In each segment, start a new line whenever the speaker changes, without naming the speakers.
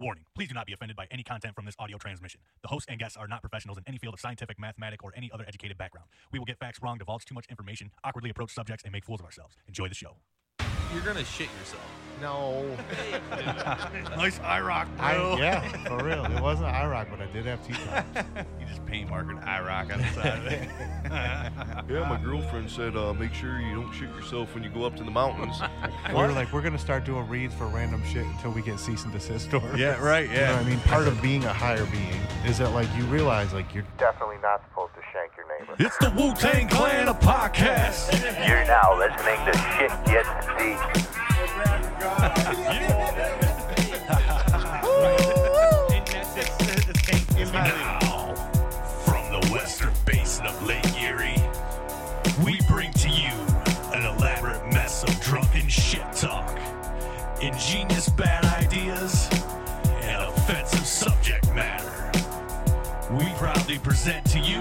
Warning, please do not be offended by any content from this audio transmission. The hosts and guests are not professionals in any field of scientific, mathematic, or any other educated background. We will get facts wrong, divulge too much information, awkwardly approach subjects, and make fools of ourselves. Enjoy the show.
You're gonna shit yourself.
No.
nice IROC,
I, yeah, for real. It wasn't IROC, but I did have T-Top.
You just paint markered IROC on the side of it.
Yeah, my girlfriend said, uh, make sure you don't shoot yourself when you go up to the mountains.
we were like, we're going to start doing reads for random shit until we get cease and desist orders.
Yeah, right,
You know
yeah.
what I mean? Part of being a higher being is that, like, you realize, like, you're
definitely not supposed to shank your neighbor.
It's the Wu Tang Clan of podcasts.
You're now listening to Shit Gets Deep.
Now, from the western basin of Lake Erie, we bring to you an elaborate mess of drunken shit talk, ingenious bad ideas, and offensive subject matter. We proudly present to you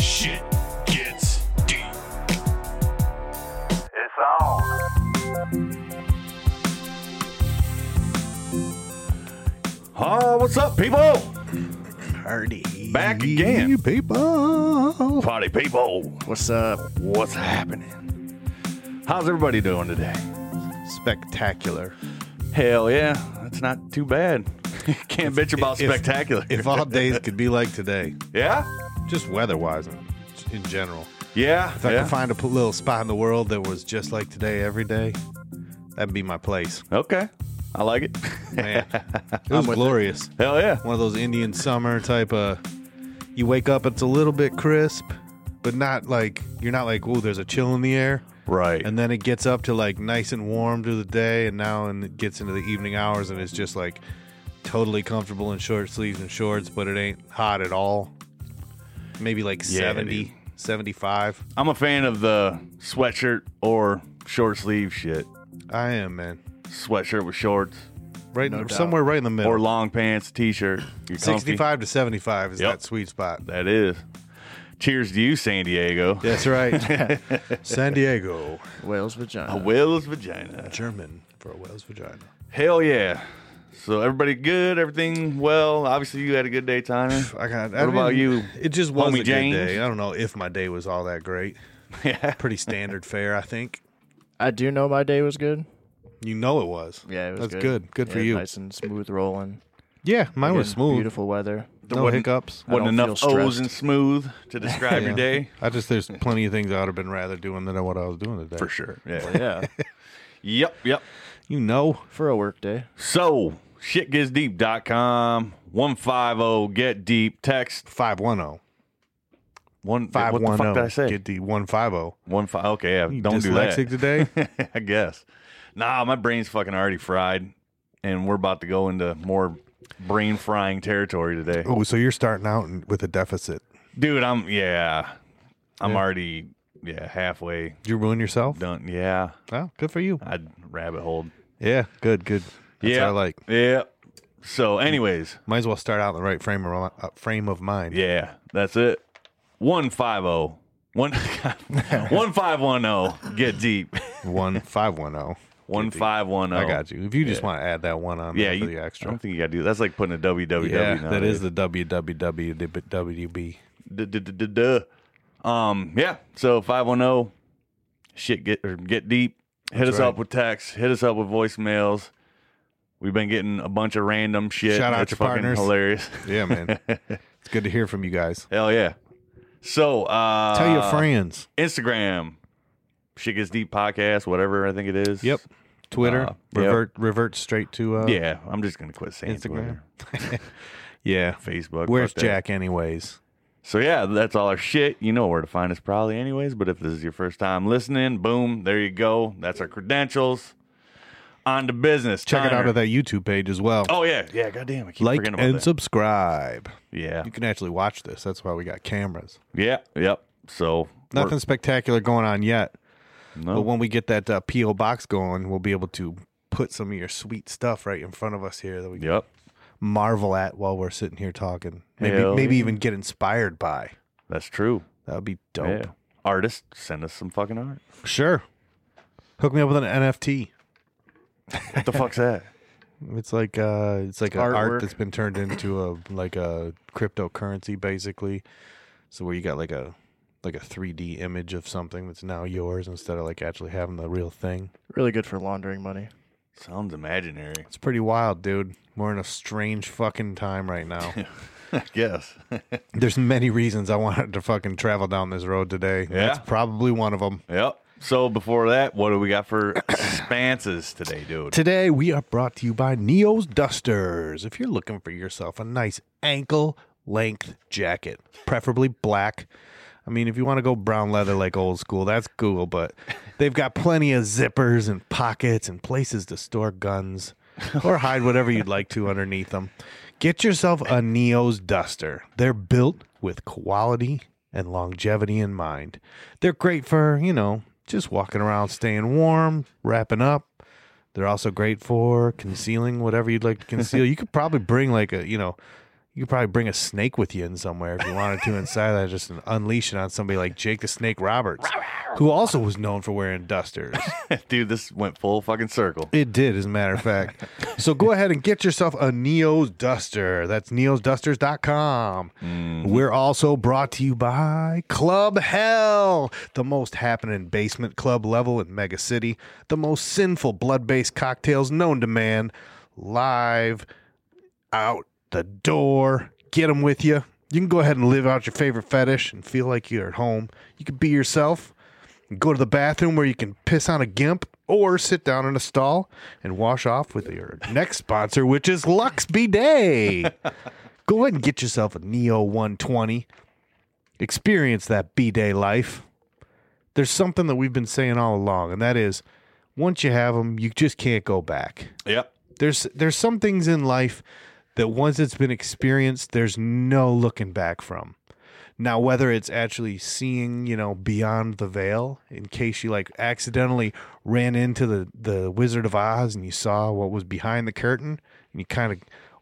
Shit Gets Deep.
It's on.
Ah, what's up, people?
Party.
Back again.
people.
Party people.
What's up?
What's happening? How's everybody doing today?
Spectacular.
Hell yeah, that's not too bad. Can't bitch about
if-
spectacular.
If all days could be like today,
yeah?
just weather wise in general.
Yeah.
If I
yeah.
could find a p- little spot in the world that was just like today every day, that'd be my place.
okay. I like it.
Man, it was glorious.
Hell yeah.
One of those Indian summer type of. You wake up, it's a little bit crisp, but not like you're not like, oh, there's a chill in the air.
Right.
and then it gets up to like nice and warm through the day and now and it gets into the evening hours and it's just like totally comfortable in short sleeves and shorts but it ain't hot at all maybe like
Yeah, dude.
seventy, seventy-five. 70 75
I'm a fan of the sweatshirt or short sleeve shit.
i am man
Sweatshirt with shorts
right somewhere right in the middle
or long pants, t shirt.
65 to 75 is
Yep.
that sweet spot
That is. Cheers to you, San Diego.
that's right san diego
Whale's
A
Oh.
vagina.
whale's vagina.
german for a whale's vagina
Hell yeah. So everybody good? Everything well? Obviously you had a good day, Tyler.
I got.
What about you,
It just was
homie
a
James?
good day. I don't know if my day was all that great.
Yeah.
Pretty standard fare, I think.
I do know my day was good.
You know it was.
Yeah, it was
That's
good.
good. Good, for
Yeah,
you.
Nice and smooth rolling.
Yeah, mine was
Again,
smooth.
Beautiful weather.
No
Wasn't-
hiccups.
I
Wasn't
don't
enough
feel
O's
stressed.
and smooth to describe your
Yeah.
day.
I just there's plenty of things I would have been rather doing than what I was doing today.
For sure. Yeah.
Yeah,
yep. Yep.
You know.
for a work day.
So shitgetsdeep.com, 150 oh, get deep text
Five one oh.
one
Five
What the
one
fuck
oh.
did I say?
Get the one five oh.
One five. Okay, yeah,
You
don't do that.
dyslexic today?
I guess. Nah, my brain's fucking already fried, and we're about to go into more brain frying territory today,
Oh, so you're starting out in, with a deficit.
dude. I'm yeah, I'm already yeah halfway
Did you ruin yourself?
done. Yeah,
Oh, good for you.
I'd rabbit hole.
Yeah, good, good. That's what
yeah,
I like.
yeah. So, anyways,
Might as well start out in the right frame of uh, frame of mind.
yeah, that's it. One five zero. One one five one zero. Get deep.
One five one oh.
One five one zero.
I got you. If you just want to add that one on
Oh. Yeah,
there for
you,
the
I
extra.
don't think you got to do. That's like putting a www.
yeah, that
nowadays.
is the www.
Duh, duh, duh, duh, duh. Um, yeah. So 510 shit get or get deep. Hit us
right.
up with text, hit us up with voicemails. We've been getting a bunch of random shit.
Shout out
It's
your
fucking
partners.
hilarious.
Yeah, man. it's good to hear from you guys.
Hell yeah. So uh
Tell your friends.
Instagram. Shit gets deep podcast, whatever I think it is.
Yep. Twitter
Uh, yep.
revert revert straight to uh,
Yeah, I'm just gonna quit saying
Instagram.
Twitter,
yeah.
Facebook.
Where's
fuck that.
Jack anyways?
So yeah, that's all our shit. You know where to find us probably anyways, but if this is your first time listening, boom, there you go. That's our credentials. On to business.
Check it out
Tyner.
at that YouTube page as well.
Oh yeah, yeah, goddamn, I keep
like
forgetting about
and
that.
subscribe.
yeah.
You can actually watch this. That's why we got cameras.
Yeah, yep. So we're-
Nothing spectacular going on yet, but
no.
when we get that uh, PO box going, we'll be able to put some of your sweet stuff right in front of us here that we can
Yep.
marvel at while we're sitting here talking. Maybe
Hell
maybe
yeah.
even get inspired by.
That's true.
That would be dope.
Yeah. Artists, send us some fucking art.
Sure. Hook me up with an NFT.
What the fuck's that?
It's like uh, it's like an
artwork.
art that's been turned into a like a cryptocurrency, basically. So where you got like a like a 3D image of something that's now yours instead of like actually having the real thing.
Really good for laundering money.
Sounds imaginary.
It's pretty wild, dude. We're in a strange fucking time right now.
I guess.
There's many reasons I wanted to fucking travel down this road today. That's
Yeah.
probably one of them.
yep. So before that, what do we got for expanses today, dude?
Today we are brought to you by Neo's Dusters. If you're looking for yourself a nice ankle length jacket, preferably black. I mean, if you want to go brown leather like old school, that's cool, but they've got plenty of zippers and pockets and places to store guns or hide whatever you'd like to underneath them. Get yourself a Neo's Duster. They're built with quality and longevity in mind. They're great for, you know, just walking around, staying warm, wrapping up, they're also great for concealing whatever you'd like to conceal. you could probably bring like a, you know, you could probably bring a snake with you in somewhere if you wanted to inside that, just unleash it on somebody like Jake the Snake Roberts, who also was known for wearing dusters.
dude, this went full fucking circle.
It did, as a matter of fact. so go ahead and get yourself a Neo's Duster. That's neosdusters.com. We're also brought to you by Club Hell, the most happening basement club level in Mega City, the most sinful blood based cocktails known to man, live out the door. Get them with you. You can go ahead and live out your favorite fetish and feel like you're at home. You can be yourself go to the bathroom where you can piss on a gimp or sit down in a stall and wash off with your next sponsor, which is Lux Bidet. go ahead and get yourself a Neo 120. Experience that bidet life. There's something that we've been saying all along, and that is once you have them, you just can't go back
Yep.
there's there's some things in life that once it's been experienced there's no looking back from now whether it's actually seeing you know beyond the veil in case you like accidentally ran into the the wizard of oz and you saw what was behind the curtain and you kind of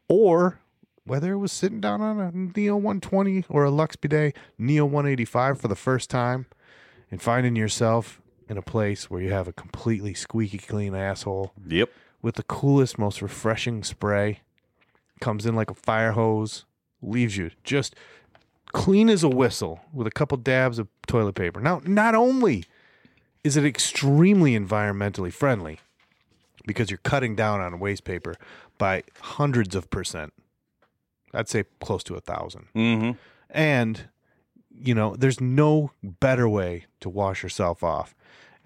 or whether it was sitting down on a neo 120 or a lux bidet neo 185 for the first time and finding yourself in a place where you have a completely squeaky clean asshole
Yep.
with the coolest, most refreshing spray. Comes in like a fire hose, leaves you just clean as a whistle with a couple dabs of toilet paper. Now, not only is it extremely environmentally friendly because you're cutting down on waste paper by hundreds of percent, I'd say close to a thousand.
Mm-hmm.
And, you know, there's no better way to wash yourself off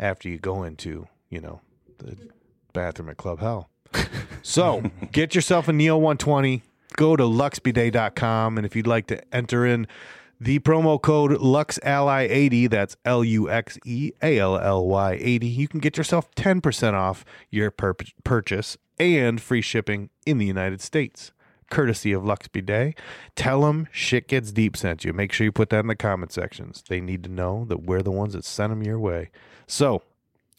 after you go into, you know, the bathroom at Club Hell. so get yourself a Neo 120. Go to luxbidet.com. And if you'd like to enter in the promo code LUXALLY80, that's L U X E A L L Y 80, you can get yourself 10% off your pur- purchase and free shipping in the United States courtesy of Lux Bidet. Tell them shit gets deep sent you. Make sure you put that in the comment sections. They need to know that we're the ones that sent them your way. So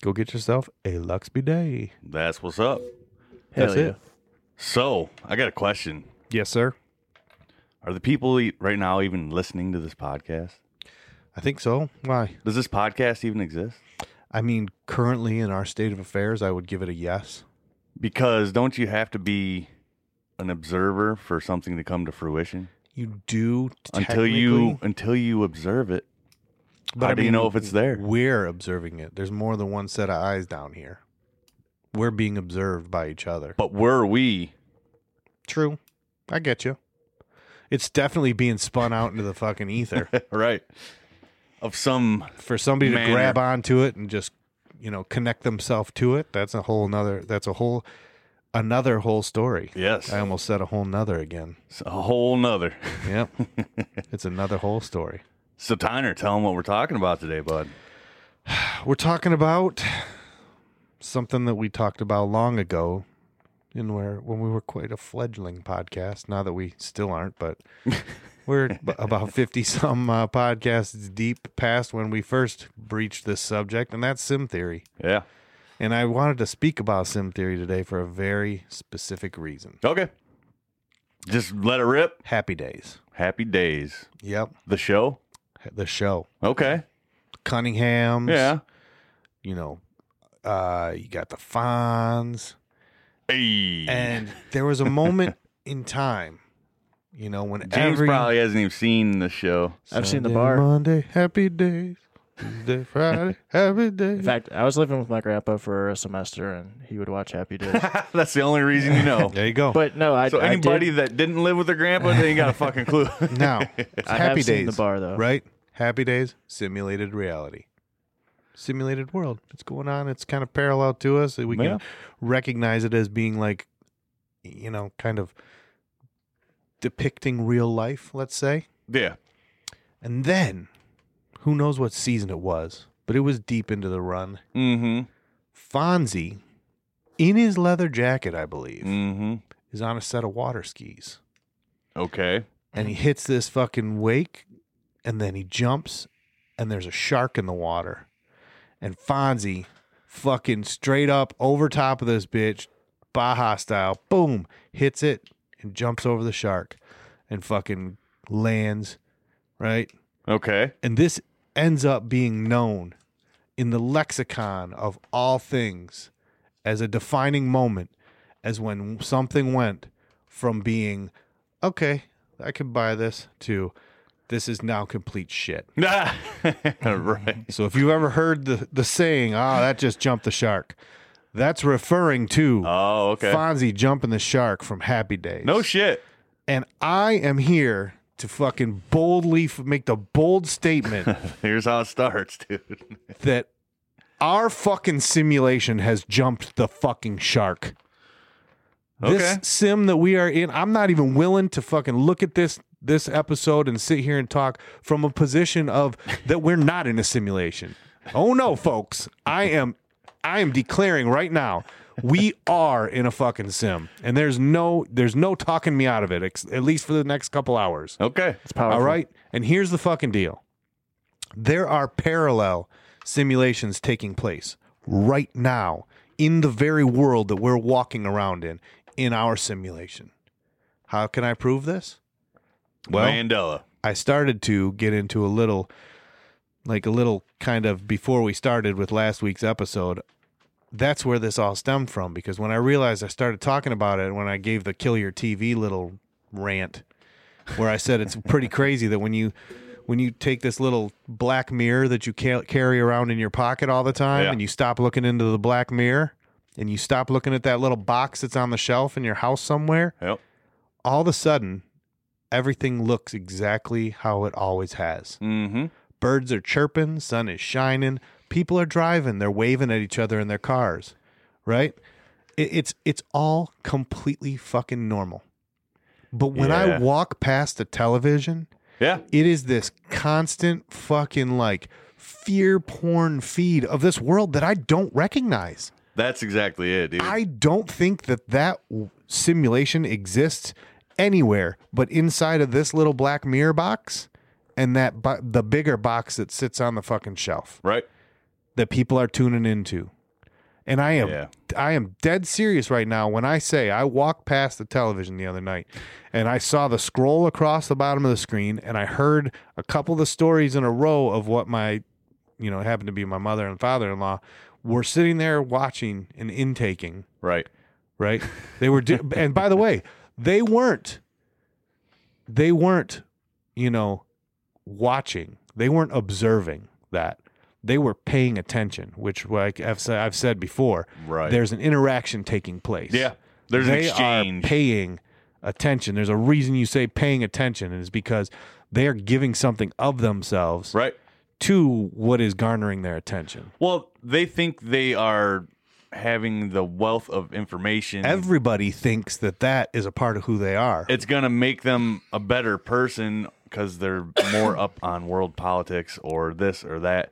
go get yourself a Lux Bidet.
That's what's up.
Hell
That's
yeah.
it.
So I got a question.
Yes, sir.
Are the people e- right now even listening to this podcast?
I think so. Why?
Does this podcast even exist?
I mean, currently in our state of affairs, I would give it a yes.
Because don't you have to be an observer for something to come to fruition
You do
until
technically,
you until you observe it?
but
how
I
do you
mean,
know if it's there?
We're observing it. There's more than one set of eyes down here. We're being observed by each other.
But were we?
True. I get you. It's definitely being spun out into the fucking ether
right. Of some
for somebody to
Manner.
grab onto it and just, you know, connect themselves to it. That's a whole nother, that's a whole, another whole story.
yes,
I almost said a whole nother again.
It's a whole nother.
Yep. it's another whole story.
So Tyner, tell them what we're talking about today, bud.
We're talking about something that we talked about long ago in where when we were quite a fledgling podcast, now that we still aren't, but we're ab- about 50 some uh, podcasts deep past when we first breached this subject, and that's sim theory.
Yeah.
And I wanted to speak about sim theory today for a very specific reason.
Okay. Just let it rip.
Happy Days.
Happy days.
Yep.
The show.
The show.
Okay.
Cunningham's.
Yeah.
You know, uh, you got the Fonz.
Hey.
And there was a moment in time, you know, when
James
every
probably hasn't even seen the show.
I've seen the
Sunday,
bar.
Monday, happy days. Tuesday, Friday, happy
In
days.
fact, I was living with my grandpa for a semester, and he would watch Happy Days.
That's the only reason you know.
There you go.
but no, I.
So
I did-
anybody that didn't live with their grandpa, they ain't got a fucking clue.
now, it's
I have
happy
seen
days.
the bar, though.
right? Happy days, simulated reality, simulated world. It's going on. It's kind of parallel to us. We
Yeah.
can recognize it as being like, you know, kind of depicting real life. Let's say.
yeah.
And then, who knows what season it was, but it was deep into the run.
Mm-hmm.
Fonzie, in his leather jacket, I believe,
Mm-hmm.
is on a set of water skis.
Okay.
And he hits this fucking wake, and then he jumps, and there's a shark in the water. And Fonzie, fucking straight up over top of this bitch, Baja style, boom, hits it and jumps over the shark and fucking lands, right?
Okay.
and this ends up being known in the lexicon of all things as a defining moment as when something went from being okay i could buy this to this is now complete shit
Ah. right.
so if you've ever heard the, the saying ah that just jumped the shark that's referring to
Oh, okay.
fonzie jumping the shark from happy days
No shit.
and i am here to fucking boldly f- make the bold statement
Here's how it starts, dude.
that our fucking simulation has jumped the fucking shark. This
Okay.
sim that we are in, I'm not even willing to fucking look at this this episode and sit here and talk from a position of that we're not in a simulation. Oh no, folks. I am I am declaring right now we are in a fucking sim. And there's no there's no talking me out of it ex- at least for the next couple hours.
Okay.
It's powerful.
All right. And here's the fucking deal there are parallel simulations taking place right now in the very world that we're walking around in, in our simulation. How can I prove this? Well,
Mandela.
I started to get into a little, like a little kind of before we started with last week's episode. That's where this all stemmed from because when I realized I started talking about it, when I gave the kill your TV little rant, where I said it's pretty crazy that when you when you take this little black mirror that you ca- carry around in your pocket all the time
Yeah.
and you stop looking into the black mirror and you stop looking at that little box that's on the shelf in your house somewhere
Yep.
all of a sudden, everything looks exactly how it always has.
Mm-hmm.
Birds are chirping, sun is shining, people are driving, they're waving at each other in their cars, right? It, it's it's all completely fucking normal. But when
Yeah.
I walk past the television,
Yeah.
it is this constant fucking like fear porn feed of this world that I don't recognize.
That's exactly it, dude.
I don't think that that w- simulation exists anywhere but inside of this little black mirror box and that bo- the bigger box that sits on the fucking shelf
right.
that people are tuning into. And I am
Yeah.
I am dead serious right now when I say I walked past the television the other night and I saw the scroll across the bottom of the screen and I heard a couple of the stories in a row of what my you know, it happened to be my mother and father-in-law were sitting there watching and intaking
Right.
right? They were, di- and by the way, they weren't, they weren't, you know, watching. They weren't observing that. They were paying attention, which, like I've said, I've said before,
Right.
There's an interaction taking place.
Yeah. There's an
they
exchange.
are paying attention. There's a reason you say paying attention, and it's because they are giving something of themselves
right.
to what is garnering their attention.
Well, they think they are having the wealth of information.
Everybody thinks that that is a part of who they are.
it's going to make them a better person because they're more up on world politics or this or that.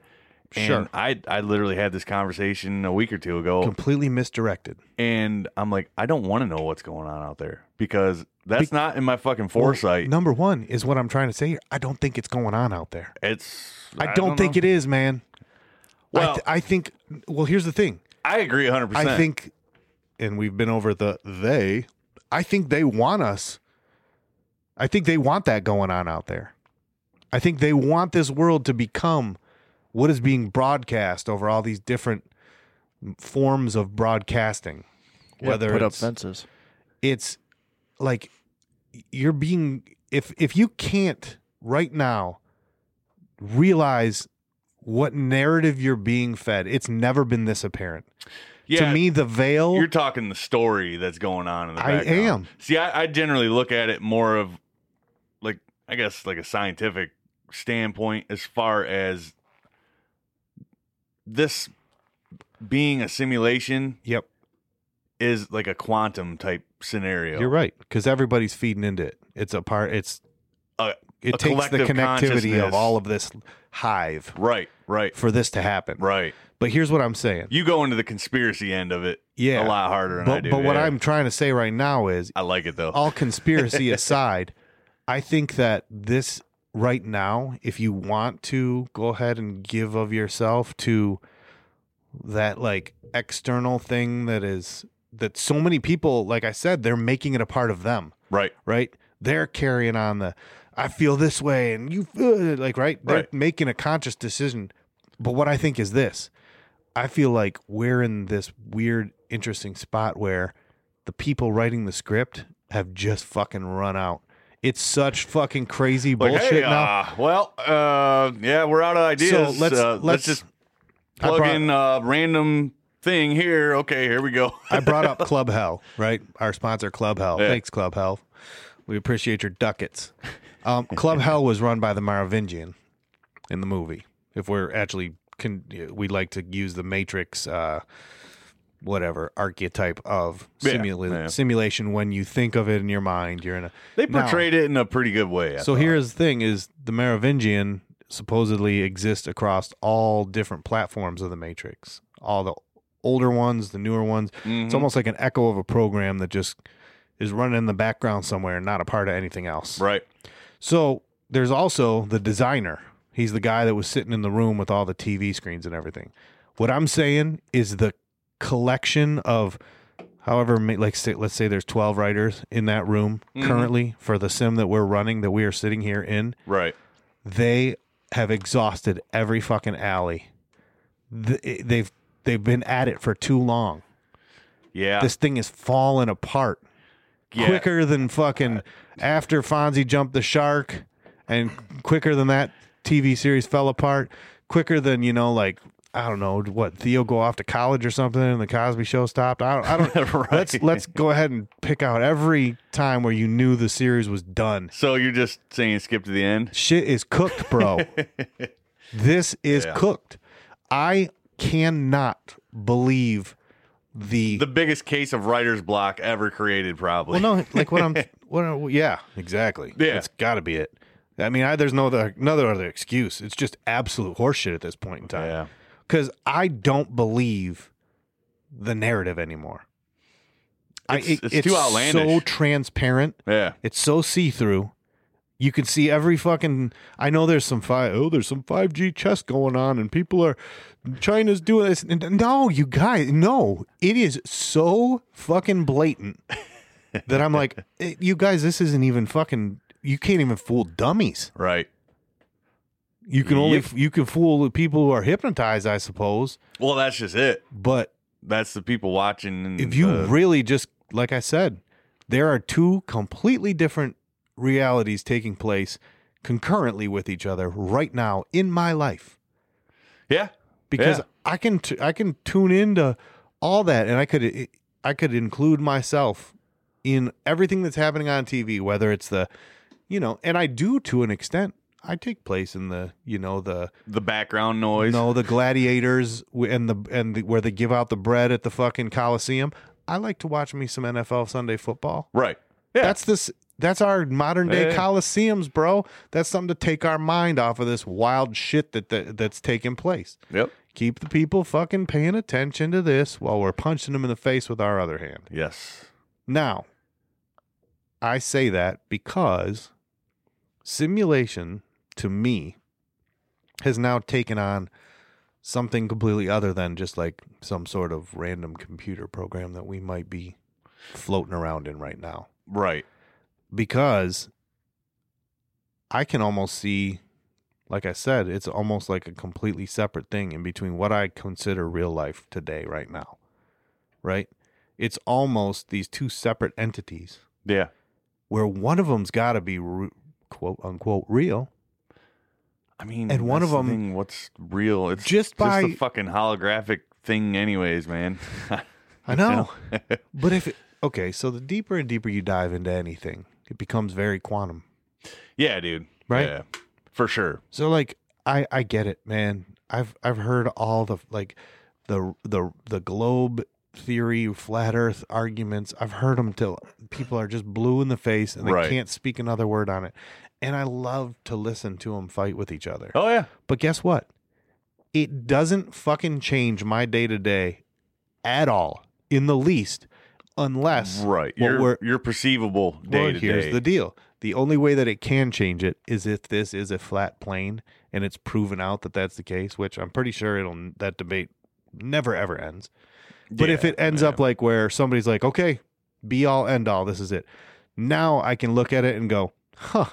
And
Sure.
I, I literally had this conversation a week or two ago,
Completely misdirected.
and I'm like, I don't want to know what's going on out there because that's not in my fucking foresight.
Number one is what I'm trying to say here. I don't think it's going on out there.
It's
I, don't, think it is, man. I,
Well-
th- I think. Well, here's the thing.
I agree 100. percent
I think, and we've been over the they. I think they want us. I think they want that going on out there. I think they want this world to become what is being broadcast over all these different forms of broadcasting, Whether
put up
it's-
fences.
it's like you're being if if you can't right now realize what narrative you're being fed it's never been this apparent to me the veil
You're talking the story that's going on in the
I
background.
am.
See, I, I generally look at it more of like I guess like a scientific standpoint as far as this being a simulation
yep
is like a quantum type scenario.
you're right because everybody's feeding into it it's a part it's
A-
it
a
takes the
collective
connectivity
consciousness.
of all of this hive
Right, right,
for this to happen
right.
but here's what i'm saying
You go into the conspiracy end of it
yeah
a lot harder than
but,
I do.
but what
yeah.
i'm trying to say right now is
I like it though.
all conspiracy aside, I think that this right now, if you want to go ahead and give of yourself to that like external thing that is that so many people, like I said, they're making it a part of them,
right.
right? They're carrying on the I feel this way and you feel like right, they're
Right.
making a conscious decision. But what I think is this. I feel like we're in this weird, interesting spot where the people writing the script have just fucking run out. It's such fucking crazy
Like,
bullshit
hey,
now.
uh, well, uh, yeah, we're out of ideas.
so let's,
Uh,
let's
just
I
plug
brought-
in a random thing here. Okay, here we go.
I brought up Club Hell, right? Our sponsor, Club Hell.
Yeah.
Thanks, Club Hell. We appreciate your ducats. Um, Club Hell was run by the Merovingian in the movie. If we're actually, con- we like to use the Matrix, uh, whatever archetype of
Yeah,
simula-
yeah.
simulation. When you think of it in your mind, you're in a.
They
Now-
portrayed it in a pretty good way. I
so
thought.
here's the thing: is the Merovingian supposedly exists across all different platforms of the Matrix, all the older ones, the newer ones.
Mm-hmm.
It's almost like an echo of a program that just is running in the background somewhere, and not a part of anything else.
right,
So there's also the designer. He's the guy that was sitting in the room with all the TV screens and everything. What I'm saying is the collection of however ma- like say, let's say there's 12 writers in that room
Mm-hmm.
currently for the sim that we're running that we are sitting here in
right.
they have exhausted every fucking alley Th- they've they've been at it for too long
Yeah,
this thing is falling apart
yeah.
quicker than fucking after Fonzie jumped the shark, and quicker than that TV series fell apart, quicker than you know, like I don't know what Theo go off to college or something, and the Cosby Show stopped. I don't. I don't
Right.
Let's let's go ahead and pick out every time where you knew the series was done.
So you're just saying skip to the end?
Shit is cooked, bro. this is cooked. I cannot believe
The biggest case of writer's block ever created, probably.
Well, no, like what I'm, what I, yeah, exactly.
Yeah.
it's got to be it. I mean, I, there's no other, another other excuse. It's just absolute horseshit at this point in time.
Yeah.
because I don't believe the narrative anymore.
It's- it's too
So
outlandish.
transparent.
Yeah.
It's so see through. You can see every fucking. I know there's some five. Oh, there's some five G chess going on, and people are. China's doing this. And- No, you guys. No, it is so fucking blatant that I'm like, eh, you guys, this isn't even fucking. You can't even fool dummies.
Right.
You can only
Yep.
you can fool the people who are hypnotized, I suppose.
Well, that's just it.
But
That's the people watching. And
if you
the-
really just like i said there are two completely different realities taking place concurrently with each other right now in my life
yeah,
because
Yeah.
i can t- i can tune into all that and i could eh, i could include myself in everything that's happening on tv whether it's the you know and i do to an extent i take place in the you know the
the background noise.
no, the gladiators w- and the and the, where they give out the bread at the fucking coliseum. I like to watch me some NFL Sunday football.
Right. Yeah.
That's this. That's our modern day
Yeah.
coliseums, bro. That's something to take our mind off of this wild shit that, that that's taking place.
yep.
Keep the people fucking paying attention to this while we're punching them in the face with our other hand.
Yes.
Now, I say that because simulation to me has now taken on something completely other than just like some sort of random computer program that we might be floating around in right now.
Right.
Because I can almost see, like I said, it's almost like a completely separate thing in between what I consider real life today, right now. Right? it's almost these two separate entities
Yeah.
where one of them's got to be re- quote unquote real.
I mean,
And one
that's
of
the
'em-
thing, what's real? It's
Just by-
the fucking holographic thing, anyways, man.
I know. but if it, okay, so the deeper and deeper you dive into anything, it becomes very quantum.
yeah, dude.
Right?
Yeah, for sure.
So like I I get it, man. I've I've heard all the like the the the globe theory, flat earth arguments. I've heard them till people are just blue in the face and they
Right.
can't speak another word on it. And I love to listen to them fight with each other.
Oh yeah.
But guess what? It doesn't fucking change my day to day at all in the least unless
Right.
what
You're
we're-
you're perceivable
well,
day to
here's
day.
the deal. The only way that it can change it is if this is a flat plane and it's proven out that that's the case, which I'm pretty sure it'll that debate never ever ends. But if
Yeah,
it ends up like where somebody's like, "Okay, be all end all, this is it." Now I can look at it and go, "Huh.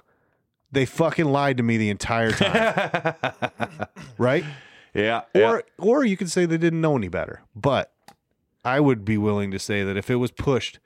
They fucking lied to me the entire time." right?
yeah. yeah.
Or or you could say they didn't know any better. But I would be willing to say that if it was pushed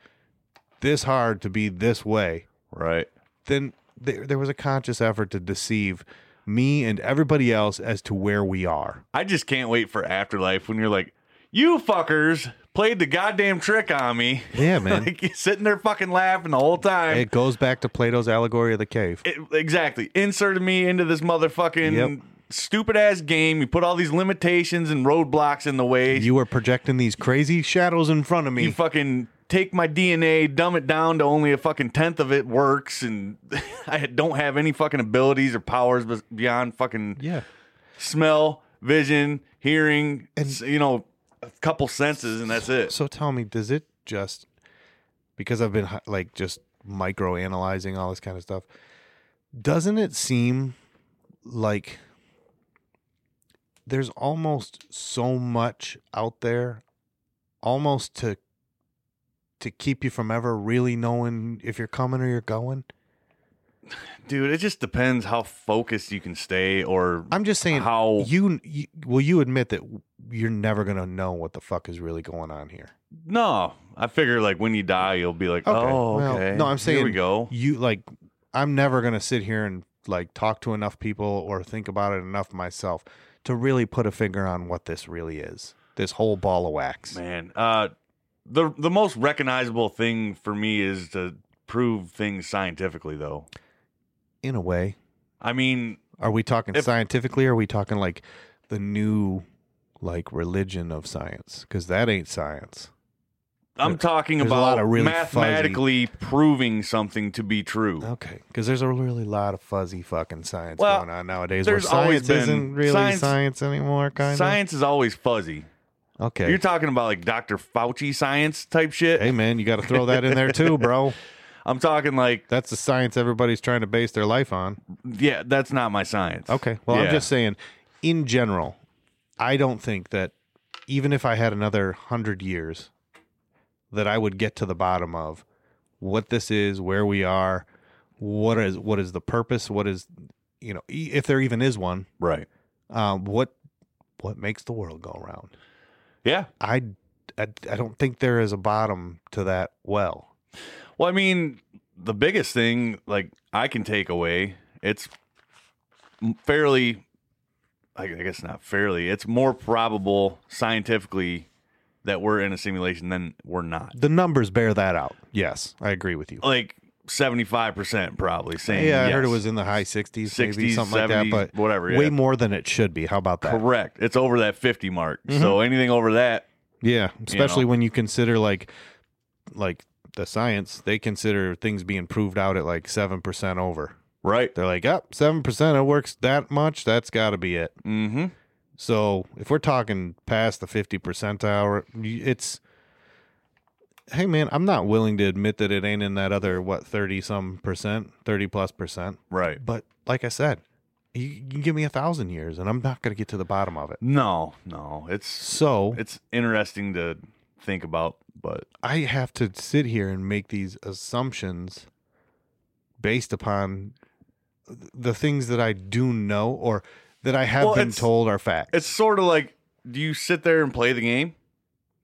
this hard to be this way,
Right.
then there, there was a conscious effort to deceive me and everybody else as to where we are.
I just can't wait for afterlife when you're like, you fuckers played the goddamn trick on me.
Yeah, man.
like you're sitting there fucking laughing the whole time.
it goes back to Plato's allegory of the cave.
It- exactly. Inserted me into this motherfucking
Yep.
stupid ass game. You put all these limitations and roadblocks in the way.
You were projecting these crazy shadows in front of me.
you fucking take my DNA, dumb it down to only a fucking tenth of it works, and I don't have any fucking abilities or powers bes- beyond fucking
yeah.
smell, vision, hearing,
And-
s you know, a couple senses, and that's it.
So tell me, does it just because I've been hi- like just micro analyzing all this kind of stuff, doesn't it seem like there's almost so much out there almost to to keep you from ever really knowing if you're coming or you're going?
Dude, it just depends how focused you can stay, or
I'm just saying
How-
you, you will you admit that you're never going to know what the fuck is really going on here.
no. I figure like when you die, you'll be like, oh,
Well,
okay.
no, I'm saying
here we go.
You like, I'm never gonna sit here and like talk to enough people or think about it enough myself to really put a finger on what this really is. This whole ball of wax.
Man, uh, the the most recognizable thing for me is to prove things scientifically, though.
In a way,
I mean,
are we talking
If-
scientifically? Or are we talking like the new like religion of science? Because that ain't science.
I'm talking
There's a
about
lot of really
mathematically proving something to be true.
Okay, because there's a really lot of fuzzy fucking science
Well,
going on nowadays. Where
there's
science
always been-
isn't really
science-
science, anymore. Kind
Science is always fuzzy.
of. Okay.
You're talking about like Dr. Fauci science type shit.
hey man, you got to throw that in there too, bro.
I'm talking like,
That's the science everybody's trying to base their life on.
yeah, that's not my science.
Okay. Well,
Yeah.
I'm just saying, in general, I don't think that even if I had another hundred years, that I would get to the bottom of what this is, where we are, what is what is the purpose, what is you know, e- if there even is one,
Right.
um, what what makes the world go round?
Yeah.
I, I I don't think there is a bottom to that well.
Well, I mean, the biggest thing like I can take away, it's fairly I I guess not fairly. It's more probable scientifically that we're in a simulation than we're not.
The numbers bear that out. Yes, I agree with you.
Like 75% probably saying
Yeah, I heard it
yes.
was in the high 60s,
60s,
maybe something like that,
70s,
but
whatever, yeah.
way more than it should be. How about that? Mm-hmm.
correct. It's over that 50 mark. So anything over that,
Yeah, especially
know.
when you consider like like the science, they consider things being proved out at like 7% over.
right?
They're like, "Up, 7% it works that much, that's got to be it."
Mhm.
So, if we're talking past the 50 percentile, it's Hey man, I'm not willing to admit that it ain't in that other what 30 some percent, 30 plus percent.
Right.
But like I said, you, you can give me a thousand years, and I'm not going to get to the bottom of it.
No, no. It's
So
it's interesting to think about, but
I have to sit here and make these assumptions based upon the things that I do know or that I have
Well,
been
it's-
told are facts.
it's sort of like do you sit there and play the game?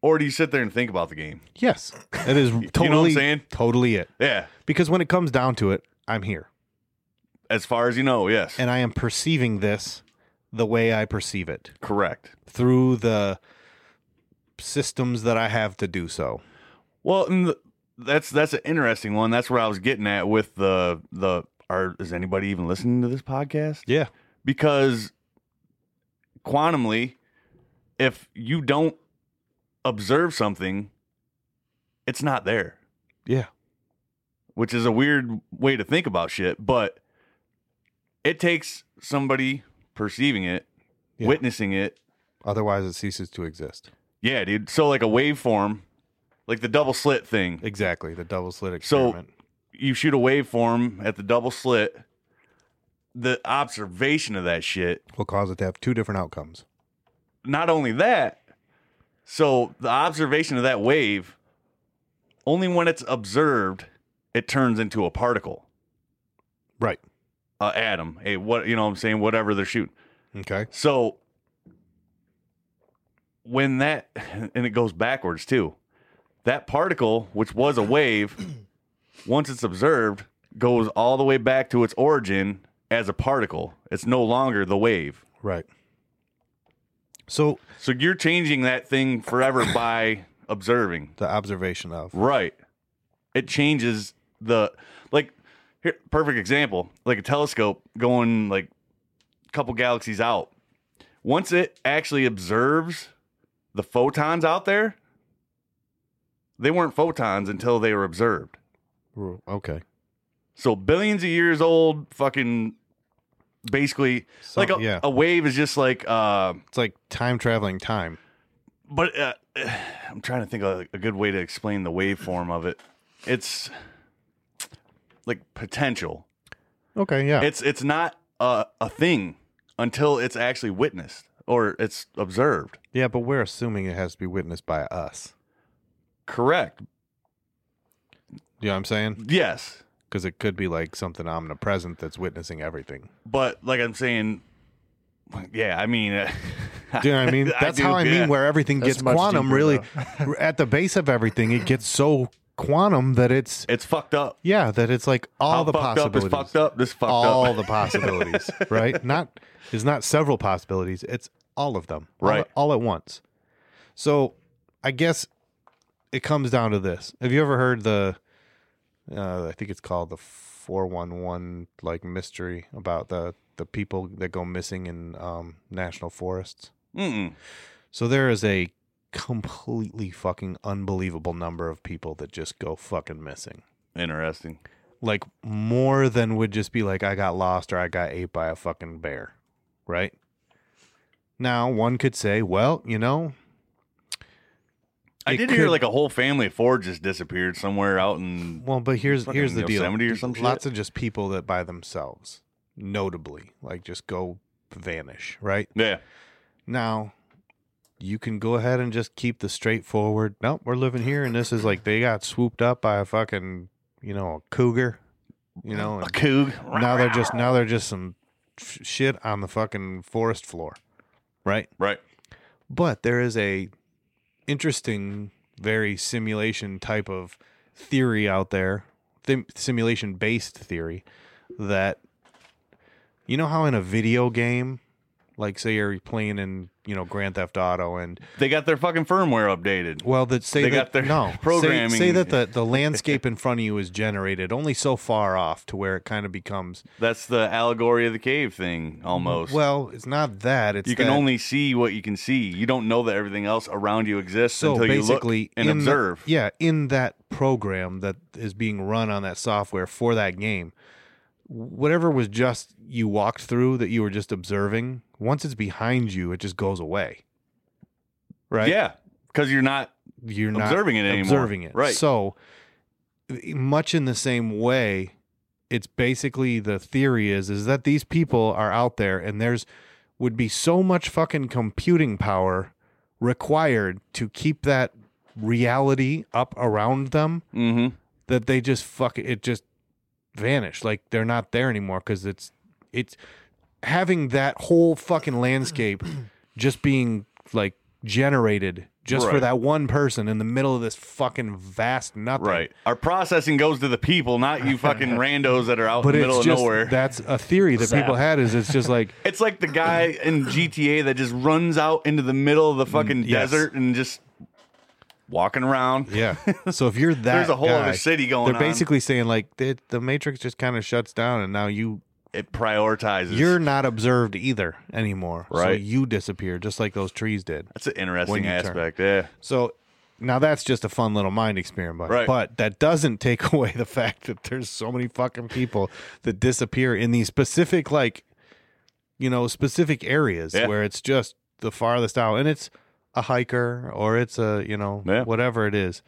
Or do you sit there and think about the game?
Yes, that is
I'm
totally
saying?
totally it.
Yeah.
Because when it comes down to it, I'm here
As far as you know, yes.
and I am perceiving this the way I perceive it
Correct.
through the systems that I have to do so.
Well, and th- that's that's an interesting one. That's where I was getting at with the the are is anybody even listening to this podcast?
Yeah.
Because quantumly, if you don't observe something, it's not there.
Yeah.
Which is a weird way to think about shit, but it takes somebody perceiving it,
Yeah.
witnessing it.
Otherwise, it ceases to exist.
Yeah, dude. So like a waveform, like the double slit thing.
Exactly. The double slit
So-
experiment.
you shoot a waveform at the double slit, the observation of that shit,
will cause it to have two different outcomes.
not only that, so the observation of that wave, only when it's observed, it turns into a particle,
Right.
a atom, a what, you know what I'm saying, whatever they're shooting.
Okay.
So when that, and it goes backwards too, that particle, which was a wave, once it's observed, goes all the way back to its origin as a particle. It's no longer the wave.
Right. So
So you're changing that thing forever by observing.
the observation of
Right. It changes the like here perfect example, like a telescope going like a couple galaxies out. Once it actually observes the photons out there, they weren't photons until they were observed.
okay.
So billions of years old fucking basically
So,
like a,
yeah.
a wave is just like uh
It's like time traveling time.
but uh, I'm trying to think of a good way to explain the waveform of it. It's like potential.
Okay. Yeah.
It's it's not a, a thing until it's actually witnessed or it's observed.
yeah, but we're assuming it has to be witnessed by us.
Correct.
You know what I'm saying?
Yes,
Because it could be like something omnipresent that's witnessing everything.
but like I'm saying, yeah. I mean, uh,
Do you know what I mean? That's
do,
how I
yeah.
mean where everything
That's
gets
much
quantum.
deeper,
Really, at the base of everything, it gets so quantum that it's
it's fucked up.
yeah that it's like all
How
the
fucked up is
possibilities.
fucked up. This fucked
all
up.
the possibilities, right? Not it's not several possibilities, it's all of them. all-
Right.
All, at once. So I guess it comes down to this. Have you ever heard the uh, I think it's called the four one one like mystery about the the people that go missing in um, national forests?
Mm-mm.
So there is a completely fucking unbelievable number of people that just go fucking missing
Interesting.
like more than would just be like I got lost or I got ate by a fucking bear, right? Now one could say, well, you know,
I
It
did hear
could-
like a whole family of four just disappeared somewhere out in
well, but here's
Fucking
here's the deal.
Yosemite or some shit?
Lots of just people that by themselves, notably, like just go vanish, right?
yeah.
Now you can go ahead and just keep the straightforward. Nope, we're living here, and this is like they got swooped up by a fucking you know a cougar, you know,
A
and
coog.
now they're just now they're just some f- shit on the fucking forest floor right
Right.
but there is a interesting very simulation type of theory out there th- simulation based theory that you know how in a video game like say you're playing in you know grand theft auto and
They got their fucking firmware updated.
well, that say
They
that,
got their
no Say- Say,
programming.
that the, the landscape in front of you is generated only so far off to where it kind of becomes
That's the allegory of the cave thing almost.
Well, it's not that. It's
you can
that-
only see what you can see. You don't know that everything else around you exists
so
until you look
basically
and
in the- e-
observe.
yeah, in that program that is being run on that software for that game, whatever was just you walked through that you were just observing. Once it's behind you, it just goes away. Right?
Yeah. Because you're not
you're not
observing it anymore.
observing it.
Right.
So much in the same way, it's basically the theory is is that these people are out there and there's would be so much fucking computing power required to keep that reality up around them
hmm
that they just fuck it just vanished like they're not there anymore because it's it's having that whole fucking landscape just being like generated just for
Right.
that one person in the middle of this fucking vast nothing.
Right. Our processing goes to the people, not you fucking randos that are out
But
in the
it's
middle of
just
nowhere.
that's a theory that
Zap.
people had is it's just like
it's like the guy in GTA that just runs out into the middle of the fucking
Mm, yes.
desert and just walking around.
yeah. So if you're that,
There's a whole
guy,
other city going
They're
on.
basically saying like the, the Matrix just kind of shuts down, and now you
It prioritizes.
you're not observed either anymore. So
Right.
you disappear just like those trees did.
That's an
when
interesting
you turn.
aspect. Yeah.
So now that's just a fun little mind experiment.
Right.
But that doesn't take away the fact that there's so many fucking people that disappear in these specific, like, you know, specific areas
Yeah.
where it's just the farthest out. And it's a hiker or it's a, you know,
Yeah.
whatever it is.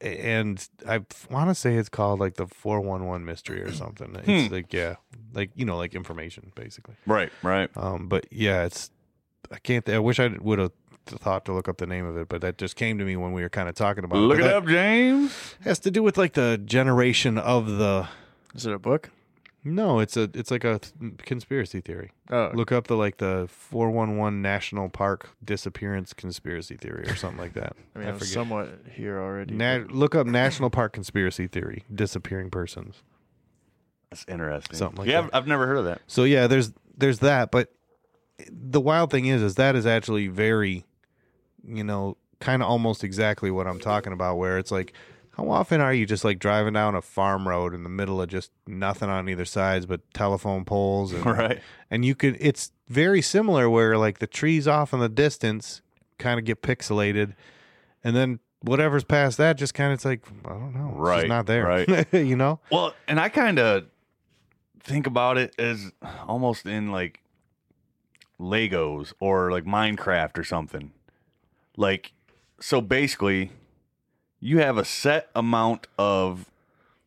And I want to say it's called like the 411 mystery or something. It's
Hmm.
like, yeah, like, you know, like information basically.
Right. Right.
Um, but yeah, it's I can't. I wish I would have thought to look up the name of it, but that just came to me when we were kind of talking about.
Look
it
it
But
up, James.
That has to do with like the generation of the.
Is it a book?
No, it's a it's like a th- conspiracy theory.
Oh,
Look up the like the four one one National Park disappearance conspiracy theory or something like that.
I mean, I am somewhat here already.
Na- look up National Park conspiracy theory disappearing persons.
That's interesting.
Something like
yeah,
that.
I've, I've never heard of that.
So yeah, there's there's that, but the wild thing is is that is actually very you know, kind of almost exactly what I'm talking about where it's like how often are you just like driving down a farm road in the middle of just nothing on either sides but telephone poles and
Right.
and you could it's very similar where like the trees off in the distance kind of get pixelated and then whatever's past that just kind of it's like I don't know, it's just
Right,
not there.
right.
you know?
Well, and I kind of think about it as almost in like Legos or like Minecraft or something. Like, so basically, you have a set amount of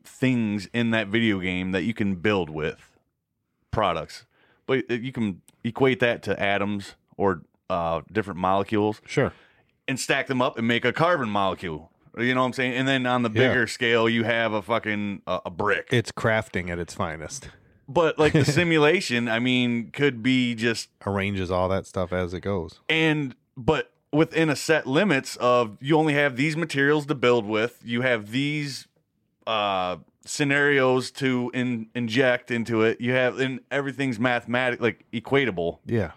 things in that video game that you can build with products, but uh, you can equate that to atoms or uh, different molecules
Sure.
and stack them up and make a carbon molecule. You know what I'm saying? And then on the
Yeah.
bigger scale, you have a fucking uh, a brick.
It's crafting at its finest.
But like the simulation, I mean, could be just
arranges all that stuff as it goes.
and but within a set limits of you only have these materials to build with, you have these uh scenarios to in, inject into it. You have and everything's mathematic like equatable.
Yeah.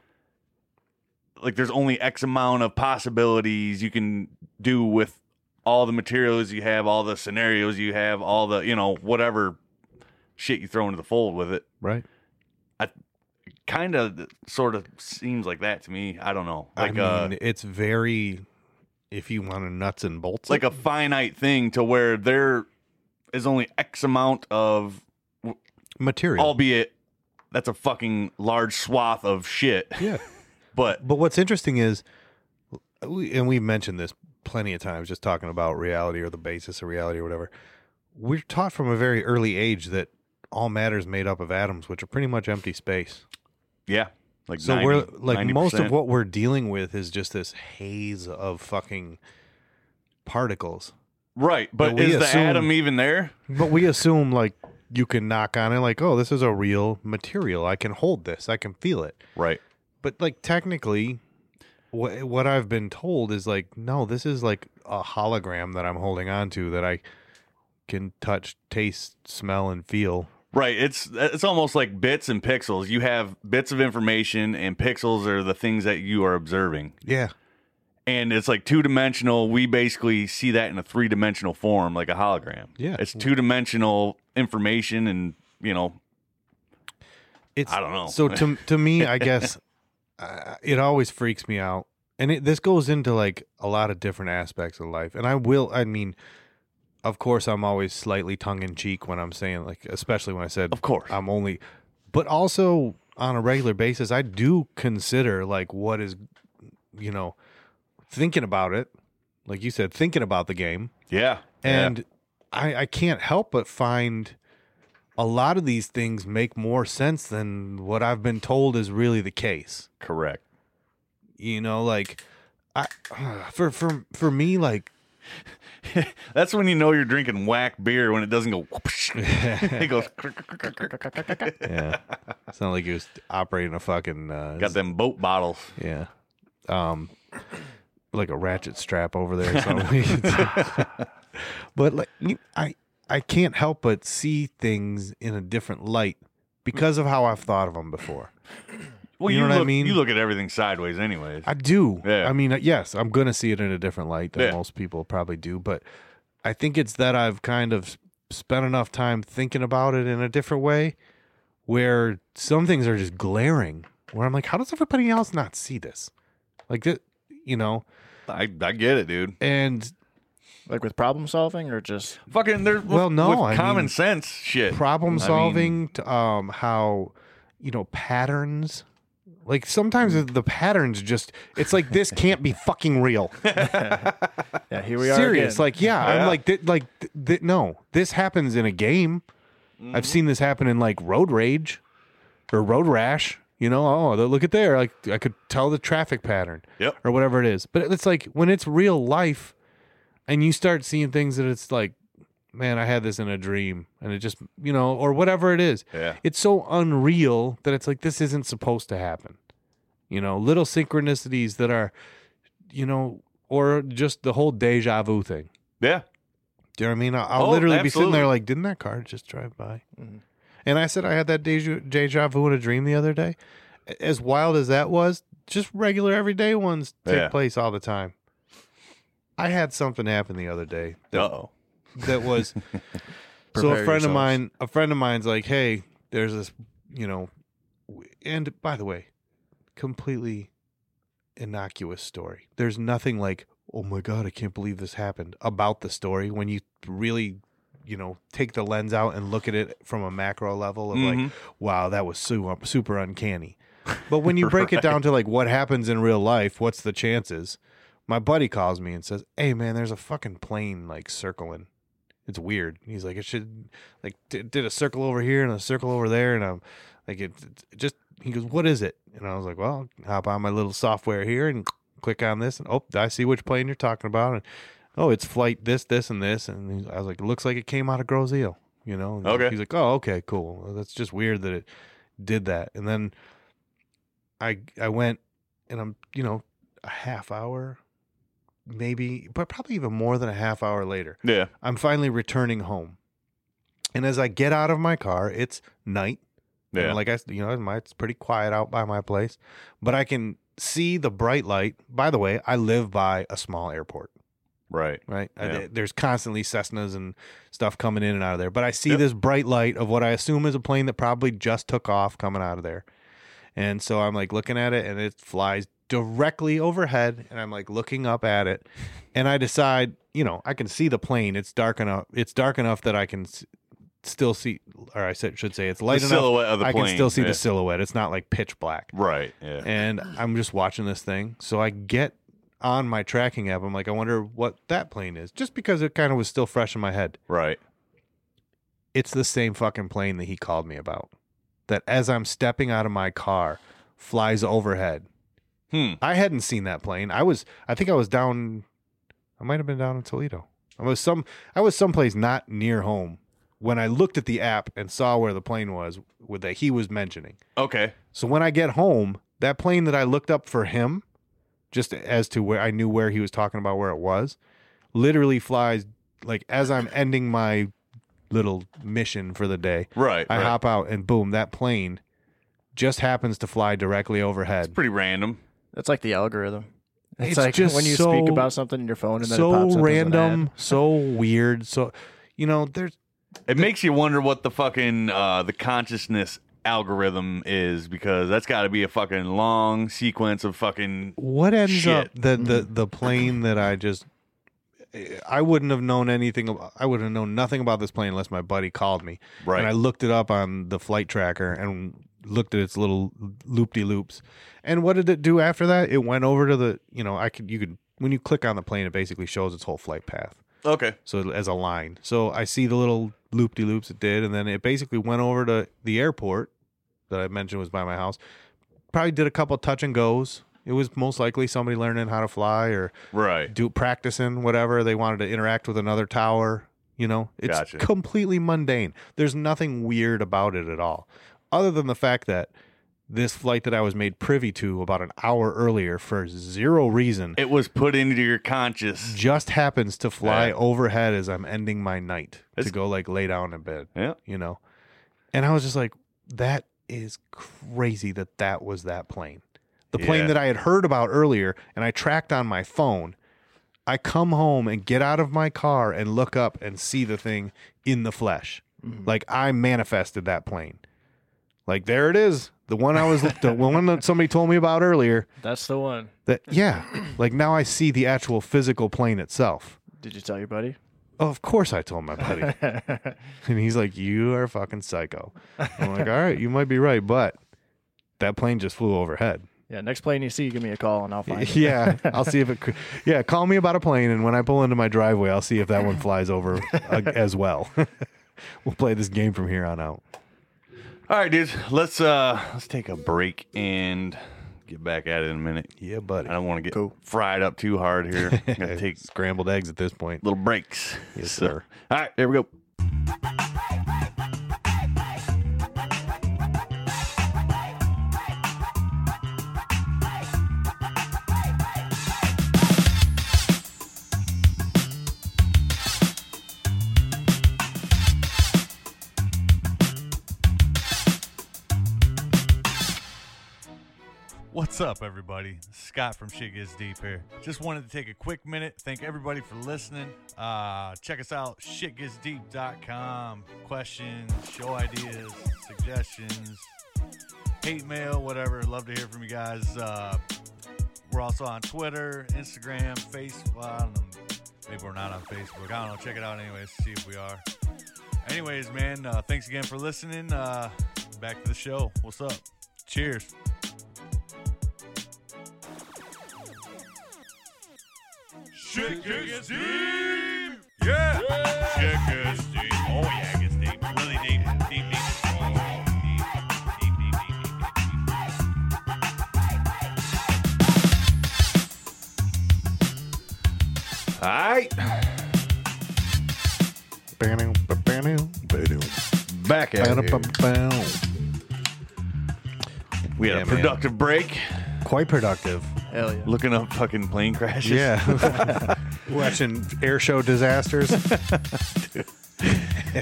Like there's only X amount of possibilities you can do with all the materials you have, all the scenarios you have, all the, you know, whatever shit you throw into the fold with it.
Right.
kind of sort of seems like that to me. I don't know. Like uh,
I
a
mean, it's very if you want to nuts and bolts.
like
it.
a finite thing to where there is only X amount of
material.
albeit that's a fucking large swath of shit.
yeah.
But
But what's interesting is we, and we've mentioned this plenty of times just talking about reality or the basis of reality or whatever. We're taught from a very early age that all matter is made up of atoms, which are pretty much empty space.
yeah. Like
So
90
we're like most of
90%.
what we're dealing with is just this haze of fucking particles.
Right, but
we
is the
assume-
atom even there?
But we assume like you can knock on it, like, oh, this is a real material. I can hold this. I can feel it.
Right.
But like technically, what what I've been told is like, no, this is like a hologram that I'm holding on to that I can touch, taste, smell, and feel.
Right, it's it's almost like bits and pixels. You have bits of information and pixels are the things that you are observing.
Yeah.
and it's like two dimensional. We basically see that in a three dimensional form, like a hologram.
Yeah.
it's two dimensional information, and you know,
It's
I don't know.
So to to me, I guess uh, it always freaks me out, and it, this goes into like a lot of different aspects of life. And I will, I mean, of course, I'm always slightly tongue in cheek when I'm saying like, especially when I said,
Of course.
I'm only, but also on a regular basis, I do consider like what is, you know, thinking about it, like you said, thinking about the game
yeah,
and I, I can't help but find a lot of these things make more sense than what I've been told is really the case.
Yeah, correct.
You know, like I for for for me, like
That's when you know you're drinking whack beer when it doesn't go. whoopsh. it goes.
yeah, it's not like he was operating a fucking uh,
Got them boat bottles.
yeah. Um, like a ratchet strap over there. Or something. but like you- I I can't help but see things in a different light because of how I've thought of them before.
Well,
You know what I
look,
mean?
You look at everything sideways, anyways.
I do.
Yeah.
I mean, uh, yes, I'm going to see it in a different light than
Yeah.
most people probably do, but I think it's that I've kind of spent enough time thinking about it in a different way where some things are just glaring where I'm like, how does everybody else not see this? Like that, you know,
I, I get it, dude.
and
Like with problem solving or just
Fucking, there's
Well, no,
with
I
common
mean,
sense shit. I
problem
mean,
solving, t um, how, you know, patterns. Like sometimes
Hmm.
the patterns just, it's like this can't be fucking real.
yeah, here we are.
serious.
again.
Like, yeah,
Yeah.
I'm like, th- like, th- th- no, this happens in a game. I've seen this happen in like road rage or road rash. You know, oh, the- look at there. Like, I could tell the traffic pattern.
Yep.
Or whatever it is. But it's like when it's real life, and you start seeing things that it's like, man, I had this in a dream, and it just, you know, or whatever it is.
Yeah.
It's so unreal that it's like this isn't supposed to happen. You know, little synchronicities that are, you know, or just the whole deja vu thing.
Yeah.
Do you know what I mean? I'll, I'll
Oh,
literally be sitting
absolutely. Mm-hmm.
there like, didn't that car just drive by?
Mhm.
And I said I had that deja, deja vu in a dream the other day. A- As wild as that was, just regular everyday ones take
Yeah.
place all the time. I had something happen the other day
Uh oh.
that was so a
Prepare
friend of
yourselves.
mine a friend of mine's like hey there's this you know w- and by the way completely innocuous story there's nothing like oh my god i can't believe this happened about the story when you really you know take the lens out and look at it from a macro level of like wow that was su- uh, super uncanny but when you break it down to like what happens in real life what's the chances my buddy calls me and says, "Hey man, there's a fucking plane like circling. It's weird." He's like, "It should like d- did a circle over here and a circle over there and I'm like it, it just he goes, "What is it?" And I was like, "Well, hop on my little software here and click on this and oh, I see which plane you're talking about and oh, it's flight this this and this." And he's- I was like, "It looks like it came out of Grozil, you know." And
Okay.
He's like, "Oh, okay, cool. Well, that's just weird that it did that." And then I I went and I'm, you know, a half hour maybe, but probably even more than a half hour later,
Yeah.
I'm finally returning home. And as I get out of my car, it's night. And
Yeah.
like I, s- you know, my- it's pretty quiet out by my place, but I can see the bright light. By the way, I live by a small airport,
right.
right? I-
Yeah.
there's constantly Cessnas and stuff coming in and out of there, but I see
Yep.
this bright light of what I assume is a plane that probably just took off coming out of there. And so I'm like looking at it and it flies directly overhead and I'm like looking up at it and I decide, you know, I can see the plane. It's dark enough. It's dark enough that I can s- still see or I said- should say it's light
the
enough
silhouette of the
I
plane.
can still see
yeah.
the silhouette. It's not like pitch black.
Right. Yeah.
And I'm just watching this thing. So I get on my tracking app. I'm like, I wonder what that plane is, just because it kind of was still fresh in my head.
right.
It's the same fucking plane that he called me about. That as I'm stepping out of my car, flies overhead.
Hmm.
I hadn't seen that plane. I was, I think I was down. I might have been down in Toledo. I was some, I was someplace not near home when I looked at the app and saw where the plane was with that he was mentioning.
Okay.
So when I get home, that plane that I looked up for him, just as to where I knew where he was talking about where it was, literally flies like as I'm ending my little mission for the day.
Right.
I
right.
hop out and boom, that plane just happens to fly directly overhead.
Pretty random.
That's like the algorithm. It's,
It's
like
just
when you
so-
speak about something in your phone and then it
So
pops up as an ad.
random, so weird, so you know, there's
It makes you wonder what the fucking uh, the consciousness algorithm is because that's got to be a fucking long sequence of fucking
what ends
Shit.
up the the the plane that I just I wouldn't have known anything about I would have known nothing about this plane unless my buddy called me.
right.
And I looked it up on the flight tracker and looked at its little loop de loops. And what did it do after that? It went over to the, you know, I could, you could, when you click on the plane, it basically shows its whole flight path.
okay.
So as a line. So I see the little loop de loops it did. And then it basically went over to the airport that I mentioned was by my house. Probably did a couple touch and goes. It was most likely somebody learning how to fly or
Right.
do practicing whatever they wanted to interact with another tower you know it's
Gotcha.
completely mundane there's nothing weird about it at all other than the fact that this flight that I was made privy to about an hour earlier for zero reason
It was put into your conscious.
just happens to fly
Yeah.
overhead as I'm ending my night
It's-
to go like lay down in bed,
Yeah.
you know. And I was just like, that is crazy that that was that plane. The plane
Yeah.
that I had heard about earlier and I tracked on my phone. I come home and get out of my car and look up and see the thing in the flesh.
Mm.
Like I manifested that plane. Like there it is. The one I was the one that somebody told me about earlier.
That's the one.
That yeah. Like now I see the actual physical plane itself.
Did you tell your buddy?
Oh, Of course, I told my buddy. and he's like, You are fucking psycho. I'm like, All right, you might be right, but that plane just flew overhead.
Yeah. Next plane you see, give me a call and I'll find it.
Yeah, I'll see if it. cr- Yeah, call me about a plane, and when I pull into my driveway, I'll see if that one flies over uh, as well. we'll play this game from here on out.
All right, dudes. Let's uh let's take a break and get back at it in a minute.
Yeah, buddy.
I don't want to get fried up too hard here. I'm gonna take
scrambled eggs at this point.
little breaks.
Yes,
So-
sir.
All right, here we go.
What's up, everybody? Scott from Shit Gets Deep here. Just wanted to take a quick minute. Thank everybody for listening. Uh, check us out, shitgetsdeep.com. Questions, show ideas, suggestions, hate mail, whatever. Love to hear from you guys. Uh, we're also on Twitter, Instagram, Facebook. I don't know. Maybe we're not on Facebook. I don't know. Check it out anyways. See if we are. Anyways, man, uh, thanks again for listening. Uh, back to the show. What's up? Cheers. Shit gets deep. Yeah. Shit gets deep. Oh yeah, it gets deep. Really deep. Deep, deep. Deep, deep, deep, deep, deep, deep, deep.
All right, back at it. We had
Yeah, man.
a productive break.
Quite productive.
Hell yeah.
Looking up fucking plane crashes.
Yeah. Watching air show disasters.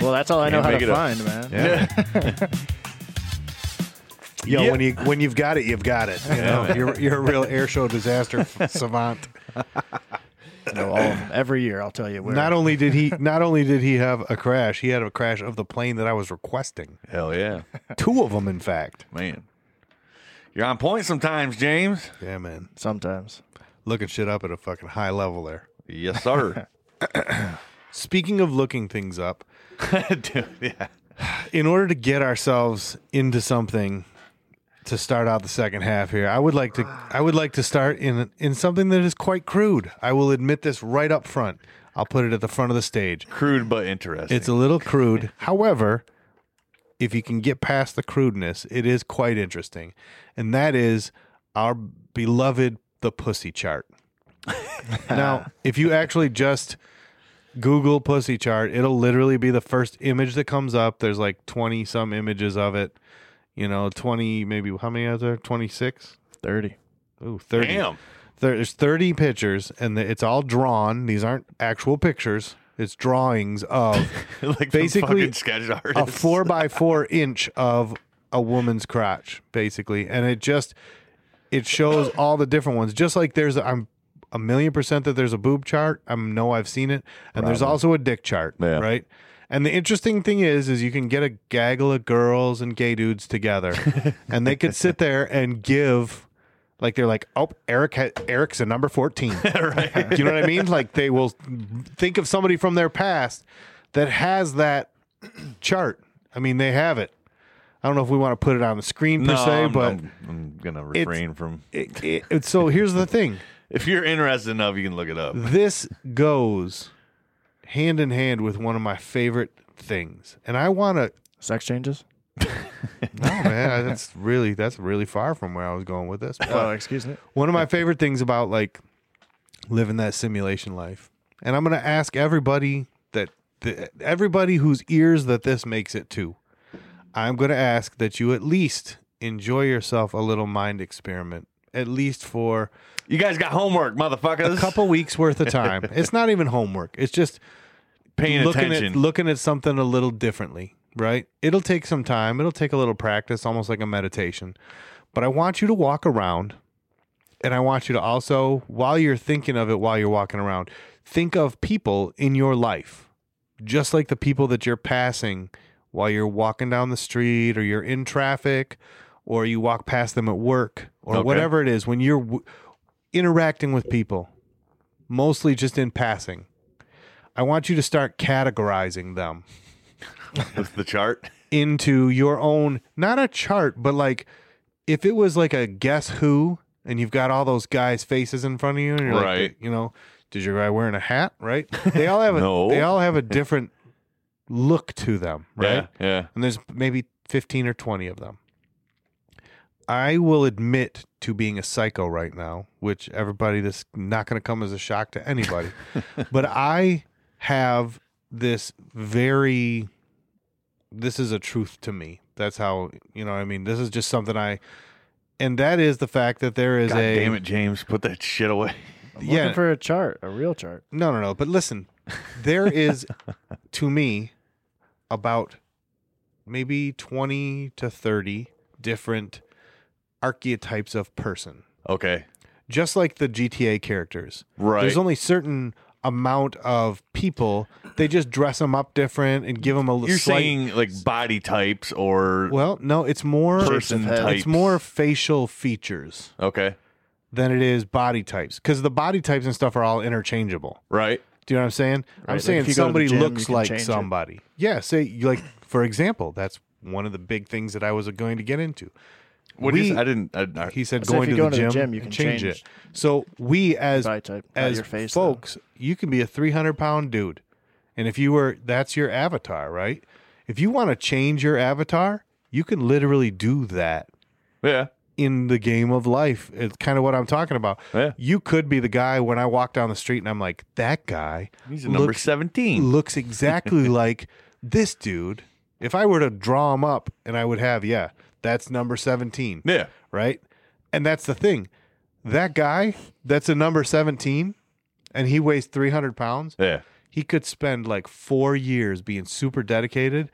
Well, that's all I know
Can't
how
make
to
it up.
find, man.
Yeah. Yo,
Yeah.
when you when you've got it, you've got it. You know, you're you're a real air show disaster f- savant.
No, all of them. Every year, I'll tell you where.
Not only did he not only did he have a crash, he had a crash of the plane that I was requesting.
Hell yeah,
Two of them, in fact.
man. You're on point sometimes, James.
Yeah, man,
sometimes.
looking shit up at a fucking high level there.
Yes, sir.
Speaking of looking things up,
Dude, yeah.
in order to get ourselves into something to start out the second half here, I would like to I would like to start in in something that is quite crude. I will admit this right up front. I'll put it at the front of the stage.
Crude but interesting.
It's a little crude. However, if you can get past the crudeness, it is quite interesting. And that is our beloved the pussy chart. now, if you actually just Google pussy chart, it'll literally be the first image that comes up. There's like 20 some images of it. You know, 20 maybe how many are there? 26?
30.
Ooh, 30.
Damn.
There- There's 30 pictures and the- it's all drawn. These aren't actual pictures. It's drawings of
like
basically
basically sketch
a
artist.
four by four inch of a woman's crotch, basically, and it just it shows all the different ones. Just like there's, I'm a million percent that there's a boob chart. I know I've seen it, and there's also a dick chart,
Yeah.
right? And the interesting thing is, is you can get a gaggle of girls and gay dudes together, and they could sit there and give. Like they're like, oh, Eric, ha- Eric's a number fourteen. right? You know what I mean? Like they will think of somebody from their past that has that chart. I mean, they have it. I don't know if we want to put it on the screen per
no,
se,
I'm,
but
I'm, I'm gonna refrain from.
it, it, it- so here's the thing:
If you're interested enough, you can look it up.
this goes hand in hand with one of my favorite things, and I want to.
Sex changes?
No, man, that's really that's really far from where I was going with this.
Oh, excuse me.
one of my favorite things about like living that simulation life and i'm going to ask everybody that the, everybody whose ears that this makes it to i'm going to ask that you at least enjoy yourself a little mind experiment, at least for
You guys got homework, motherfuckers.
a couple weeks worth of time. it's not even homework. It's just
paying
looking
attention.
at looking at something a little differently, right? It'll take some time. It'll take a little practice, almost like a meditation. But I want you to walk around and I want you to also while you're thinking of it while you're walking around, think of people in your life. Just like the people that you're passing while you're walking down the street or you're in traffic or you walk past them at work or
Okay.
whatever it is when you're w- interacting with people mostly just in passing. I want you to start categorizing them
With the chart.
into your own, not a chart, but like if it was like a guess who and you've got all those guys' faces in front of you and you're
Right.
like, you know, did your guy wearing a hat? Right. They all have a,
No.
they all have a different look to them. Right.
Yeah. yeah.
And there's maybe 15 or 20 of them. I will admit to being a psycho right now, which everybody this not going to come as a shock to anybody. but I have this very this is a truth to me. That's how, you know, what I mean, this is just something I and that is the fact that there is
God
a
damn it, James. Put that shit away.
I'm looking for a chart, a real chart.
No, no, no. But listen, there is to me about maybe 20 to 30 different archetypes of person,
Okay.
just like the GTA characters.
Right.
There's only certain amount of people they just dress them up different and give them a little
You're
slight
saying like body types or
well no it's more
person types.
it's more facial features
Okay.
than it is body types because the body types and stuff are all interchangeable
Right.
Do you know what I'm saying? I'm
like
saying
if you go to the
somebody
gym, you
looks
can
like
change it.
somebody. Yeah, say you like for example, that's one of the big things that I was going to get into.
What
We-
is? I didn't. I, I,
He said
So
going
if you
to,
go
the, gym, you can change,
change
it. So we as
Body type, not
as
your face, though.
folks, you can be a 300 pound dude, and if you were that's your avatar, right? If you want to change your avatar, you can literally do that
yeah.
in the game of life. It's kind of what I'm talking about.
Yeah.
You could be the guy when I walk down the street and I'm like, that guy
He's a number
looks
seventeen.
looks exactly like this dude. If I were to draw him up and I would have, yeah, that's number 17,
Yeah.
right? And that's the thing. That guy that's a number 17 and he weighs 300 pounds,
Yeah.
he could spend like four years being super dedicated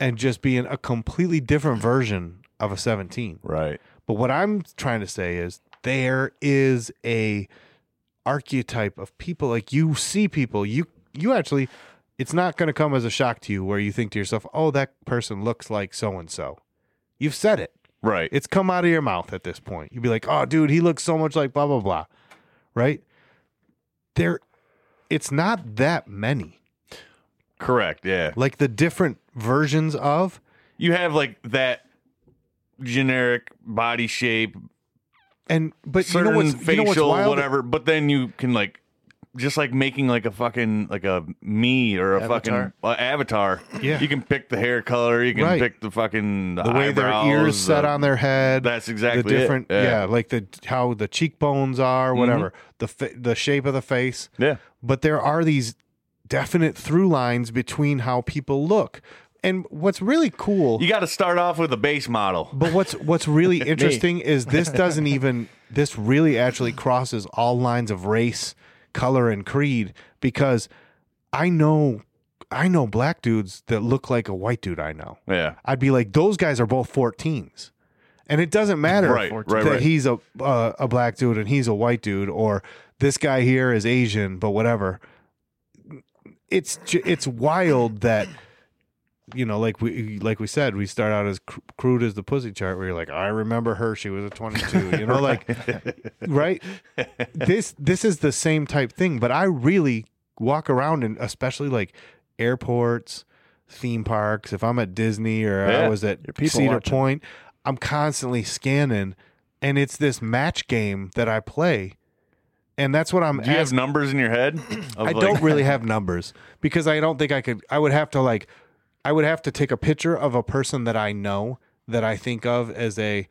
and just being a completely different version of a 17.
Right.
But what I'm trying to say is there is a archetype of people like you see people you you actually it's not going to come as a shock to you where you think to yourself, "Oh, that person looks like so and so." You've said it.
Right.
It's come out of your mouth at this point. You'd be like, "Oh, dude, he looks so much like blah blah blah." Right? There it's not that many.
Correct. Yeah.
Like the different versions of
You have like that generic body shape,
and but you
certain
know what's you know what's
facial,
wild?
whatever. But then you can like, just like making like a fucking like a me or a
Avatar.
fucking uh, avatar.
Yeah.
You can pick the hair color. You can
Right.
pick the fucking the,
the way their ears
eyebrows,
set
the-
on their head.
That's exactly
the
it.
different.
Yeah. Mm-hmm.
Yeah. like the how the cheekbones are, whatever the fa- the shape of the face.
Yeah.
But there are these definite through lines between how people look, and what's really cool.
You got to start off with a base model.
but what's what's really interesting is this doesn't even this really actually crosses all lines of race, color, and creed because I know I know black dudes that look like a white dude I know.
Yeah.
I'd be like, those guys are both 14s. And it doesn't matter
Right,
that
right, right.
he's a uh, a black dude and he's a white dude, or this guy here is Asian, but whatever. It's ju- it's wild that you know, like we like we said, we start out as cr- crude as the pussy chart, where you're like, I remember her, she was a 22, you know, like right. This this is the same type thing, but I really walk around and especially like airports, theme parks. If I'm at Disney or I
Yeah.
was at
Your people
Cedar
watching.
Point, I'm constantly scanning, and it's this match game that I play, and that's what I'm.
Do you have
asking-
numbers in your head? Of,
I
like-
don't really have numbers because I don't think I could. I would have to like, I would have to take a picture of a person that I know that I think of as a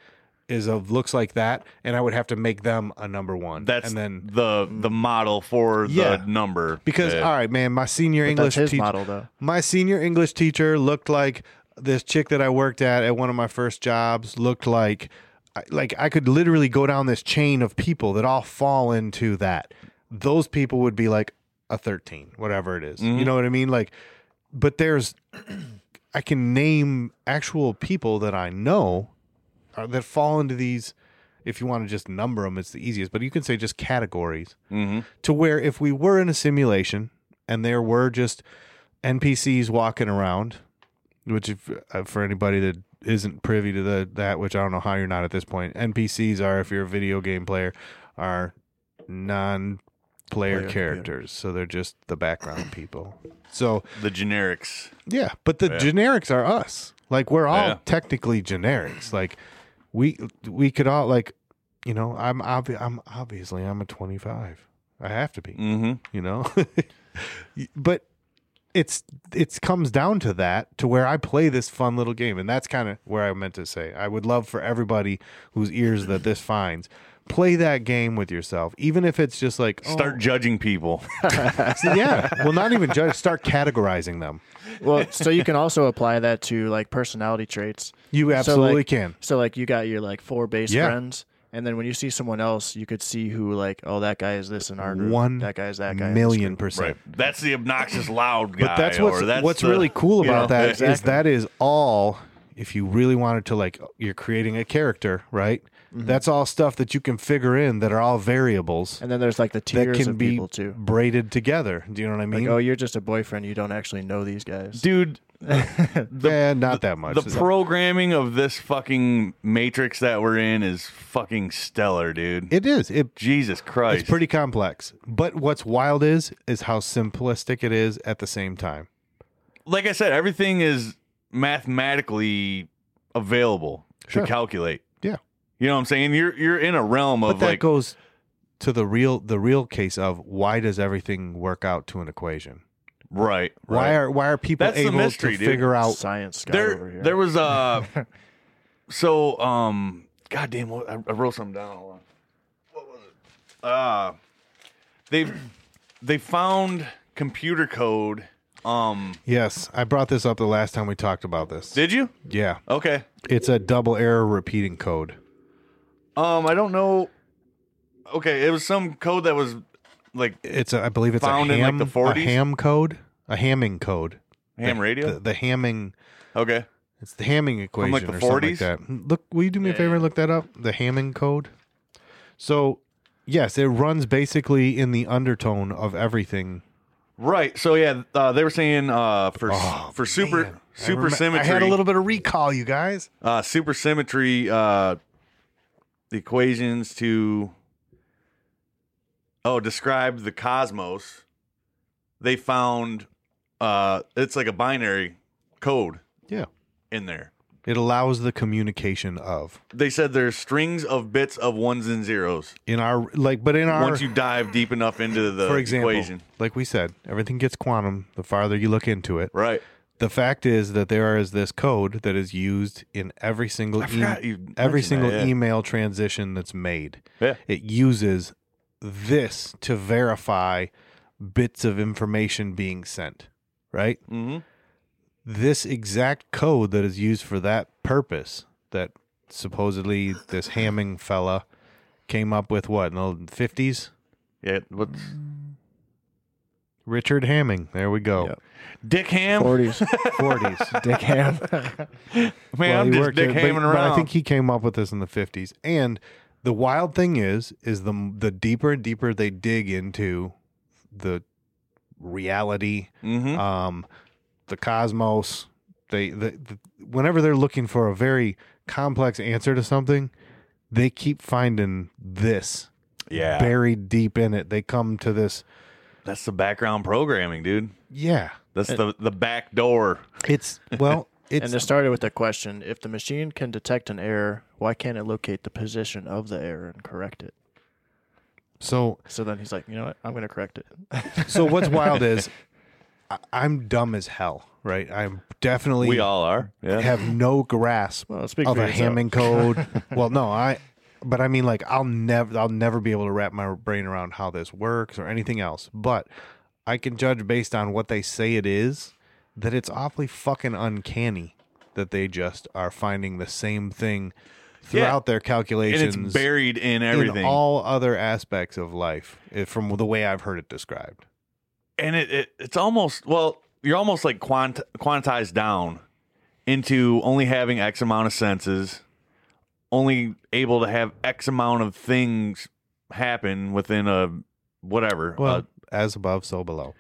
is of looks like that, and I would have to make them a number one.
That's
and then
the the model for
Yeah.
the number
because
Yeah.
all right, man, my senior
But
English
that's his
teacher,
model, though.
my senior English teacher looked like this chick that I worked at at one of my first jobs looked like I- like I could literally go down this chain of people that all fall into that. Those people would be like a 13, whatever it is.
Mm-hmm.
You know what I mean? Like but there's I can name actual people that I know uh, that fall into these if you want to just number them it's the easiest, but you can say just categories
Mm-hmm.
to where if we were in a simulation and there were just NPCs walking around, which if, uh, for anybody that isn't privy to the that, which I don't know how you're not at this point, NPCs are if you're a video game player, are non-player
Player, yeah.
characters, so they're just the background people. So
The generics.
yeah, but the
Yeah.
generics are us. Like we're all
Yeah.
technically generics. Like we we could all like, you know, I'm obvi- I'm obviously I'm a 25. I have to be
Mm-hmm.
you know but it's it's comes down to that to where i play this fun little game and that's kind of where i meant to say i would love for everybody whose ears that this finds play that game with yourself even if it's just like oh,
Start judging people.
yeah well not even judge start categorizing them
Well, so you can also apply that to like personality traits.
you absolutely
like,
can
So like you got your like four base
Yeah.
friends, and then when you see someone else, you could see who like oh that guy is this in our group,
One
that guy is that guy, in this
million
group.
percent
That's the obnoxious loud guy.
but that's
or
what's
that's
what's
the-
really cool about
know,
that is
exactly.
that is all if you really wanted to like you're creating a character right
Mm-hmm.
that's all stuff that you can figure in that are all variables
And then there's like the
that
tiers
can
of
be
people too.
braided together do you know what i
Like
mean
oh you're just a boyfriend, you don't actually know these guys.
dude.
Eh, not that much
The
It's-
programming of this fucking matrix that we're in is fucking stellar, dude.
it is it
Jesus Christ.
It's pretty complex, but what's wild is is how simplistic it is at the same time.
like I said, everything is mathematically available
Sure.
to calculate.
Yeah.
You know what I'm saying? You're you're in a realm
But
of
that
like
goes to the real the real case of why does everything work out to an equation?
right.
Why
right.
are why are people
That's the
able
mystery,
to
dude.
figure out
Science scholar over
there
here.
there was uh so um goddamn what I, I wrote something down. Hold on. What was it? Uh they've they found computer code. Um
Yes, I brought this up the last time we talked about this.
did you?
yeah,
Okay.
it's a double error repeating code.
Um I don't know Okay, it was some code that was like
It's a, I believe it's
Found
a
in,
ham,
like, the 40s?
a ham code, a hamming code.
ham radio.
The, the hamming,
okay.
it's the hamming equation
like, the
or something
40s?
like that. Look, will you do me a favor and look that up? The hamming code. So, yes, it runs basically in the undertone of everything.
Right. So yeah, uh, they were saying uh, for for super
Oh, Man, I
super
remem-
symmetry,
I had a little bit of recall, you guys.
uh, super symmetry, uh, the equations to oh describe the cosmos. They found uh, it's like a binary code
Yeah,
in there.
it allows the communication of
They said there's strings of bits of ones and zeros.
in our like, but in our
Once you dive deep enough into the
for example,
equation,
like we said, everything gets quantum the farther you look into it.
right?
The fact is that there is this code that is used in every single
I
e-
forgot you
every
mentioned
single
that, yeah.
email transition that's made.
Yeah.
It uses this to verify bits of information being sent, right?
Mm-hmm.
This exact code that is used for that purpose that supposedly this Hamming fella came up with what in the 50s?
Yeah. What's
Richard Hamming. There we go.
Dick Ham?
40s
40s.
dick ham.
Man,
Well,
I'm
he
just
worked
Dick
it, but-
Hamming around.
But I think he came up with this in the fifties. And the wild thing is, is the the deeper and deeper they dig into the reality,
mm-hmm.
um, the cosmos, they the, the whenever they're looking for a very complex answer to something, they keep finding this
Yeah.
buried deep in it. They come to this,
That's the background programming, dude.
yeah.
That's the the back door.
It's well, it's
And it started with the question: If the machine can detect an error, why can't it locate the position of the error and correct it?
so
So then he's like, you know what? I'm going to correct it.
So what's wild is I, I'm dumb as hell, right? I'm definitely
We all are. Yeah.
have no grasp
Well, speak
of
for
a
yourself.
Hamming code. well, no, I but I mean like I'll never I'll never be able to wrap my brain around how this works or anything else. But I can judge based on what they say it is that it's awfully fucking uncanny that they just are finding the same thing throughout their
and
calculations
it's buried in everything.
in all other aspects of life eh, from the way I've heard it described.
and it, it it's almost well you're almost like quant quantized down into only having x amount of senses only able to have x amount of things happen within a whatever
Well,
uh,
as above, so below.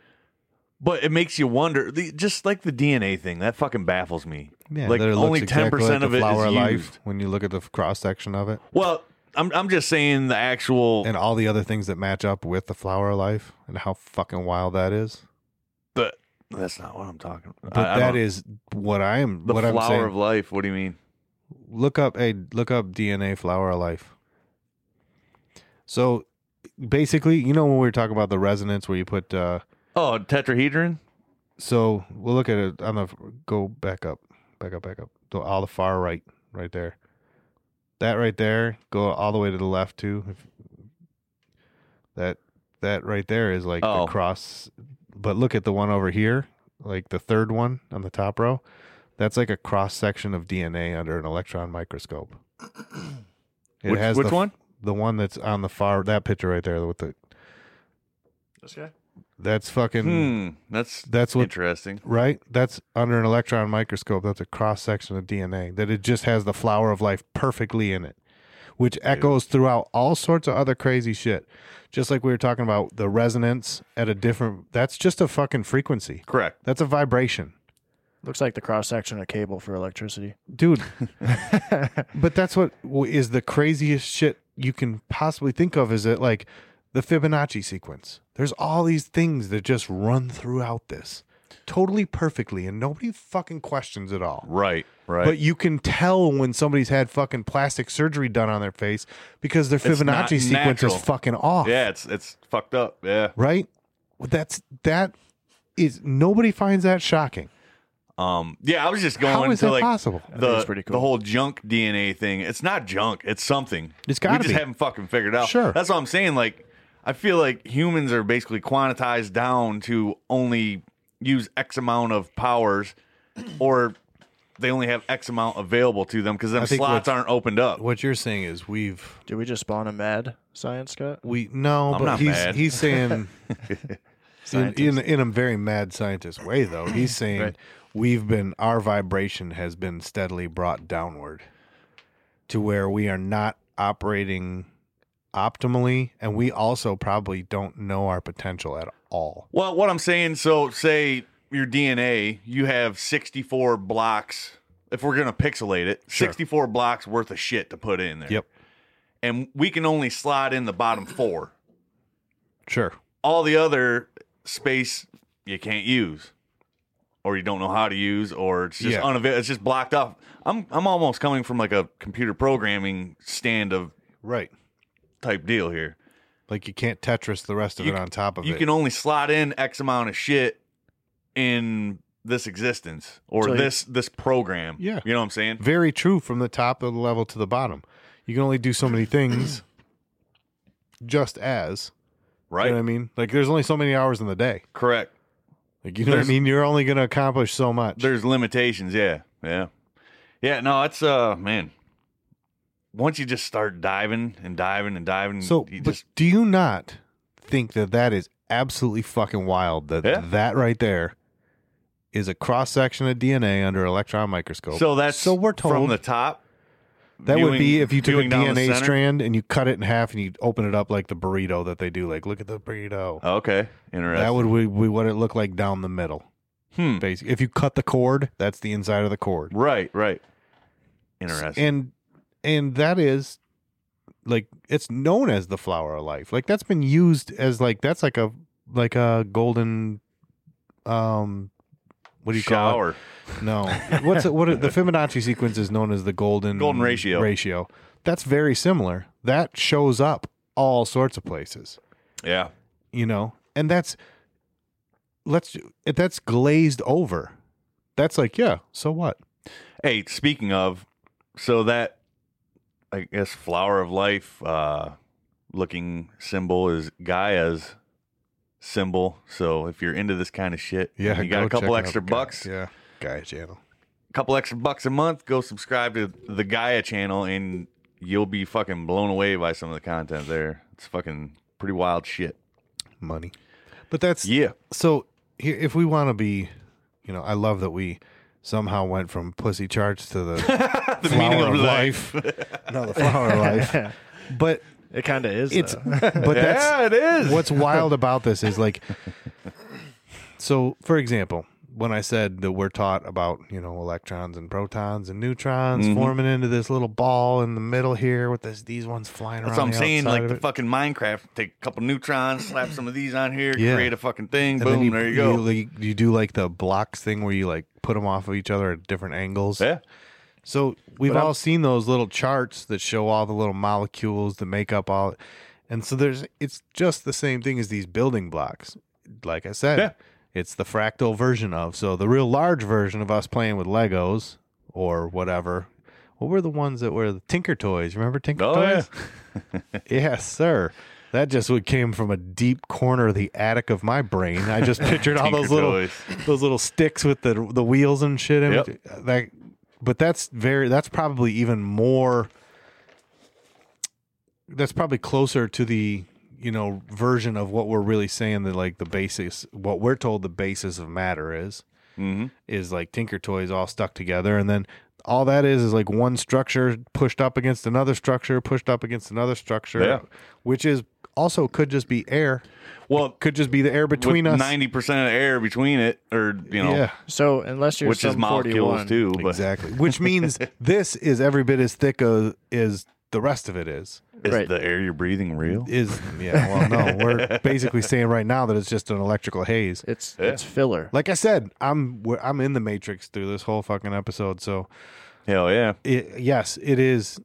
but it makes you wonder the, just like the dna thing that fucking baffles me
Yeah,
like
that it looks
only 10%
exactly like
of
the
it
flower
is
of life
used
when you look at the cross section of it
well I'm, I'm just saying the actual
and all the other things that match up with the flower of life and how fucking wild that is.
but that's not what i'm talking about
But that is what I am.
the
what
flower
I'm saying.
of life what do you mean
look up a look up DNA flower of life. So basically, you know when we were talking about the resonance where you put uh
oh tetrahedron
so we'll look at it on the go back up, back up, back up. To all the far right, right there. That right there, go all the way to the left too. If, that that right there is like
Oh.
the cross but look at the one over here, like the third one on the top row. That's like a cross section of DNA under an electron microscope.
Which- which
the, f-
one?
The one that's on the far that picture right there with the
This guy?
that's fucking
hmm that's
that's what
interesting
right? That's under an electron microscope. That's a cross section of DNA that it just has the flower of life perfectly in it, which echoes throughout all sorts of other crazy shit. Just like we were talking about the resonance at a different. That's just a fucking frequency.
correct
That's a vibration,
Looks like the cross section of cable for electricity.
dude. but that's what w- is the craziest shit you can possibly think of. Is it like the Fibonacci sequence? There's all these things that just run throughout this. Totally perfectly, and nobody fucking questions it all.
Right, right.
But you can tell when somebody's had fucking plastic surgery done on their face because their
not
Fibonacci sequence
natural.
is fucking off.
yeah, it's it's fucked up. Yeah.
Right? Well, That's that is nobody finds that shocking.
Um. Yeah, I was just going
How is
to
that
like
possible?
think
the
it's pretty
the
cool.
whole junk DNA thing. It's not junk. It's something.
It's
we
gotta
just
be.
haven't fucking figured it out.
Sure.
That's what I'm saying. Like, I feel like humans are basically quantitized down to only use X amount of powers, or they only have X amount available to them because them
I think
slots
what's-
aren't opened up.
What you're saying is we've
Did we just spawn a mad science Scott?
we no,
I'm
but
not
he's
mad.
he's saying in, in in a very mad scientist way though. He's saying
Right.
we've been our vibration has been steadily brought downward to where we are not operating optimally and we also probably don't know our potential at all.
Well, what I'm saying, so say your DNA, you have 64 blocks. If we're gonna pixelate it, 64 blocks worth of shit to put in there.
Yep.
And we can only slide in the bottom four.
Sure.
All the other space you can't use, or you don't know how to use, or it's just
Yeah.
unavailable. It's just blocked off. I'm I'm almost coming from like a computer programming stand of
Right.
type deal here.
Like you can't Tetris the rest of
You
it
c-
on top of
you
it.
can only slot in X amount of shit in this existence or
So you-
this this program.
Yeah.
You know what I'm saying?
Very true from the top of the level to the bottom. You can only do so many things just as.
Right.
You know what I mean? Like there's only so many hours in the day.
Correct.
Like you know what I
There's-
mean? You're only gonna accomplish so much.
There's limitations, yeah. Yeah. Yeah, no, it's uh man. Once you just start diving and diving and diving,
so
you
but
just
do you not think that that is absolutely fucking wild that
Yeah.
that right there is a cross section of DNA under an electron microscope.
so that's
so we're told
from the top.
That would be
viewing-
if you took a
viewing down the
DNA
center.
strand and you cut it in half and you open it up like the burrito that they do. Like, look at the burrito.
Okay, interesting.
that would be be what it looked like down the middle.
Hmm.
Basically, if you cut the cord, that's the inside of the cord.
right, right. Interesting.
And and that is like it's known as the flower of life. Like that's been used as like that's like a like a golden um what do you call it?
Shower.
No. What's it, what it, the Fibonacci sequence is known as the golden
Golden ratio.
Ratio. That's very similar. That shows up all sorts of places,
Yeah.
you know. And that's let's that's glazed over. That's like, yeah, so what?
Hey, speaking of, so that I guess flower of life uh looking symbol is Gaia's symbol. So if you're into this kind of shit,
Yeah,
you got
go
a couple
check out
extra
Guy-
bucks.
Yeah. Guy channel.
couple extra bucks a month, go subscribe to the Gaia channel, and you'll be fucking blown away by some of the content there. It's fucking pretty wild shit.
money. But that's
Yeah.
So he- if we want to be, you know, I love that we somehow went from pussy charts to the,
The
flower of life, no, the flower of life. But
It kind of is.
it's
though.
but
Yeah,
that's
it is.
what's wild about this is like. So, for example, when I said that we're taught about you know electrons and protons and neutrons
Mm-hmm.
forming into this little ball in the middle here with this these ones flying
That's what
around.
I'm
the
saying.
outside
Like
of
the
it.
fucking Minecraft, take a couple neutrons, slap some of these on here,
Yeah.
create a fucking thing.
And then
boom, there you go.
You, like, you do like the blocks thing where you like put them off of each other at different angles.
yeah.
So we've
But I'm-
all seen those little charts that show all the little molecules that make up all. And so there's it's just the same thing as these building blocks. Like I said,
Yeah.
it's the fractal version of. So the real large version of us playing with Legos or whatever. What were the ones that were the Tinker Toys? Remember Tinker
Oh,
Toys? yes, sir. That just would came from a deep corner of the attic of my brain. I just pictured all those
Tinker
little
Toys.
those little sticks with the the wheels and shit. in
Yep.
it. That, but that's very that's probably even more. That's probably closer to the you know version of what we're really saying that like the basis what we're told the basis of matter is
Mm-hmm.
is like Tinker Toys all stuck together, and then all that is is like one structure pushed up against another structure, pushed up against another structure,
Yeah.
which is also could just be air.
Well,
It could just be the air between us.
ninety percent of the air between it, or you know,
yeah,
so unless you're
which is
some
molecules
41,
too. But
exactly. Which means this is every bit as thick as, as the rest of it is.
is
Right.
the air you're breathing real?
Is yeah. Well, no, we're basically saying right now that it's just an electrical haze.
It's it's filler.
Like I said, I'm we're- I'm in the matrix through this whole fucking episode, so.
Hell yeah.
it, yes, it is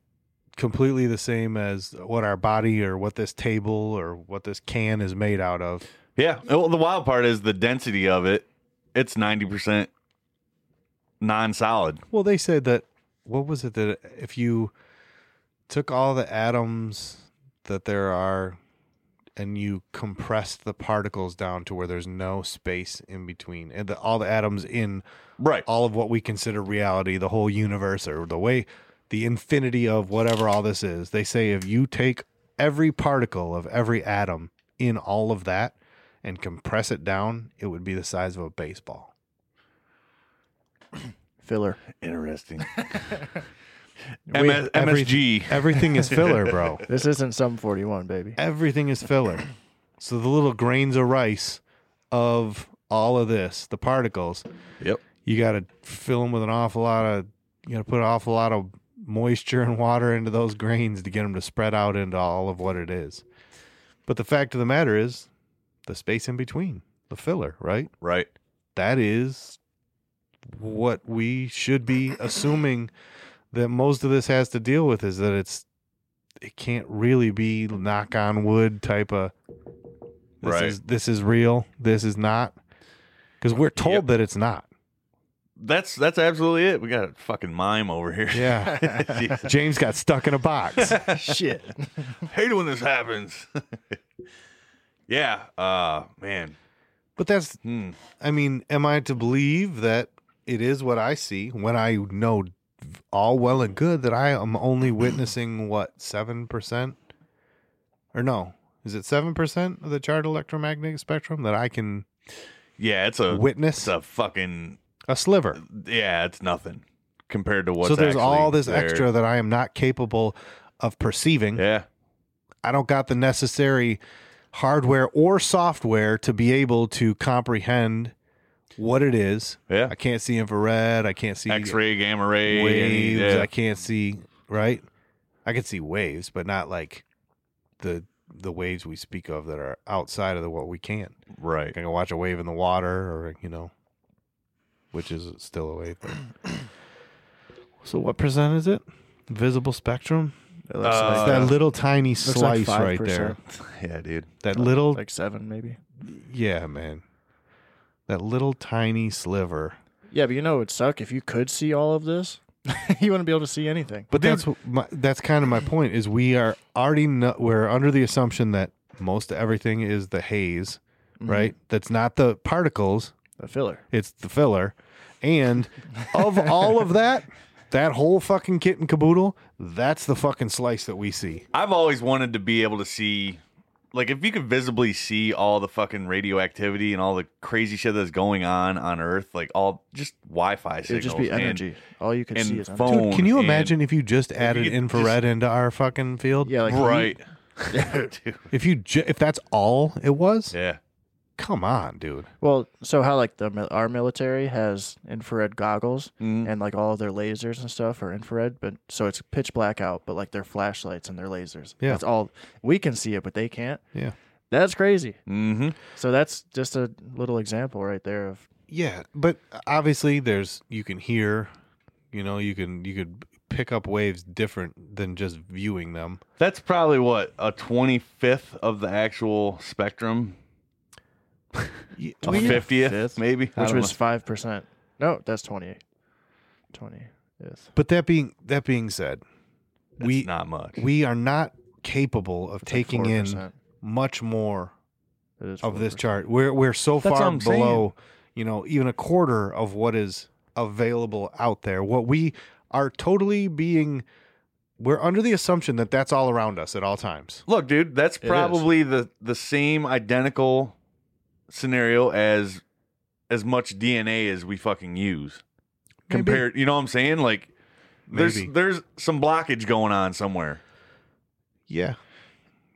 completely the same as what our body or what this table or what this can is made out of.
Yeah. Well, the wild part is the density of it. It's ninety percent non-solid.
Well, they said that what was it that if you took all the atoms that there are and you compressed the particles down to where there's no space in between and the, all the atoms in
Right.
all of what we consider reality, the whole universe, or the way the infinity of whatever all this is. They say if you take every particle of every atom in all of that and compress it down, it would be the size of a baseball.
filler.
Interesting. MS,
every-
MSG.
Everything is filler, bro.
This isn't some 41, baby.
Everything is filler. So the little grains of rice of all of this, the particles,
Yep.
you got to fill them with an awful lot of you got to put an awful lot of moisture and water into those grains to get them to spread out into all of what it is but the fact of the matter is the space in between the filler right
Right.
that is what we should be assuming that most of this has to deal with is that it's it can't really be knock on wood type of this
Right.
is this is real this is not because we're told
Yep.
that it's not
That's that's absolutely it. We got a fucking mime over here.
yeah
Jeez.
James got stuck in a box.
Shit.
Hate it when this happens. yeah. Uh man.
But that's,
Hmm.
I mean, am I to believe that it is what I see when I know all well and good that I am only witnessing what, 7%? Or no, is it 7% of the charred electromagnetic spectrum that I can
Yeah, it's a
witness?
it's a fucking
a sliver.
yeah, it's nothing compared to what's
So there's all
actually
this
there.
extra that I am not capable of perceiving.
Yeah.
I don't got the necessary hardware or software to be able to comprehend what it is.
Yeah.
I can't see infrared. I can't see
X-ray, gamma ray,
waves.
yeah.
I can't see right. I can see waves, but not like the the waves we speak of that are outside of the, what we can.
right.
I can watch a wave in the water, or you know, which is still a wave. but- so what percent is it? Visible spectrum.
It looks
Uh,
It's
like,
that little tiny
looks
slice
like
right there.
5%.
Yeah, dude.
That little
like seven, maybe.
Yeah, man. That little tiny sliver.
Yeah, but you know it would suck if you could see all of this. you wouldn't be able to see anything.
But that's what my, that's kind of my point is we are already no, we're under the assumption that most everything
Mm-hmm.
is the haze, right? That's not the particles,
The filler.
it's the filler. And of all of that, that whole fucking kit and caboodle, that's the fucking slice that we see.
I've always wanted to be able to see, like, if you could visibly see all the fucking radioactivity and all the crazy shit that's going on on Earth, like all just Wi-Fi
It would
signals,
just be
and-
energy. All you could
and
see is energy.
phone.
Dude, can you
and-
imagine if you just added
could
infrared into our fucking field?
Yeah, like
right? Dude,
If you ju- if that's all it was,
yeah,
come on, dude.
Well, so how like the mil- our military has infrared goggles
Mm.
and like all of their lasers and stuff are infrared, but so it's pitch black out, but like their flashlights and their lasers.
Yeah.
That's all we can see it, but they can't.
Yeah.
That's crazy.
mm-hmm.
So that's just a little example right there of
Yeah, but obviously there's you can hear, you know, you can you could pick up waves different than just viewing them.
That's probably what a twenty fifth of the actual spectrum,
Um,
a fiftieth maybe, I
which
don't
was
know.
five percent. No, that's twenty. Twenty. Yes.
But that being that being said,
That's
we
not much.
we are not capable of taking in
4%.
much more
It is
of this
4%.
chart. We're we're so
That's what
far
I'm saying.
below, you know, even a quarter of what is available out there. What we are totally being we're under the assumption that that's all around us at all times.
Look, dude, that's
is.
probably the the same identical scenario as as much DNA as we fucking use.
Maybe.
Compared, you know what I'm saying? Like there's
Maybe.
there's some blockage going on somewhere.
Yeah.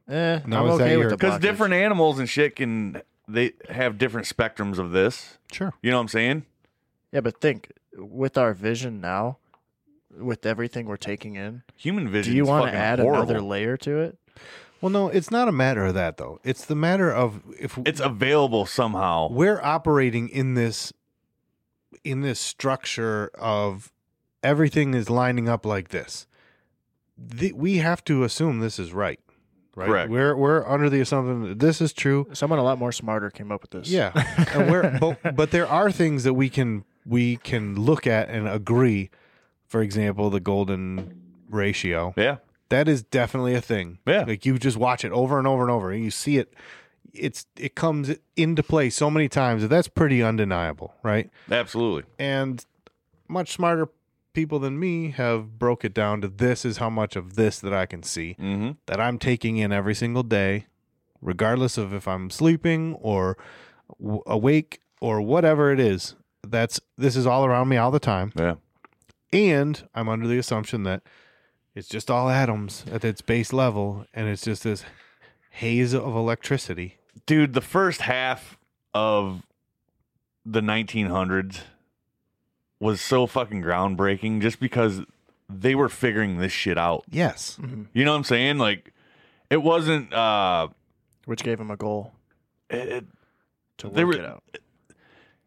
Eh,
No,
I'm
is that
okay
your-
with the
Cuz
blockage.
different animals and shit can they have different spectrums of this.
Sure.
You know what I'm saying?
Yeah, but think with our vision now, with everything we're taking in,
Human vision
do you
is
want
fucking
to add
horrible.
another layer to it?
Well, no, it's not a matter of that though. It's the matter of if
It's available somehow.
we're operating in this in this structure of everything is lining up like this. The, we have to assume this is right. Right.
Correct.
We're we're under the assumption that this is true.
Someone a lot more smarter came up with this.
Yeah, and we're, but but there are things that we can we can look at and agree. For example, the golden ratio
Yeah.
that is definitely a thing.
Yeah.
like you just watch it over and over and over, and you see it. It's it comes into play so many times that that's pretty undeniable, right?
Absolutely.
And much smarter people than me have broke it down to this is how much of this that I can see
Mhm.
that I'm taking in every single day, regardless of if I'm sleeping or w- awake or whatever it is. That's this is all around me all the time,
Yeah.
and I'm under the assumption that it's just all atoms at its base level, and it's just this haze of electricity.
dude, the first half of the 1900s was so fucking groundbreaking just because they were figuring this shit out.
Yes,
You know what I'm saying? Like, it wasn't. uh
Which gave him a goal
it, it-
to
They
work
were-
it out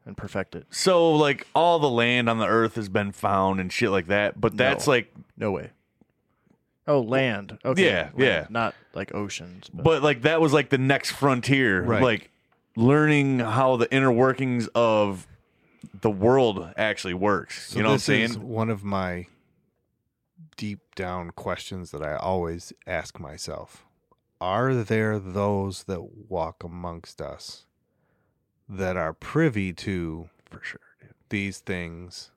and perfect it.
So, like, all the land on the earth has been found and shit like that. But that's
No.
like,
No way. Oh, land. Okay.
Yeah,
land.
yeah.
Not like oceans. But,
but like that was like the next frontier.
Right.
Like, learning how the inner workings of the world actually works.
So
you know what I'm
this
saying?
Is one of my deep down questions that I always ask myself: Are there those that walk amongst us that are privy to for sure these things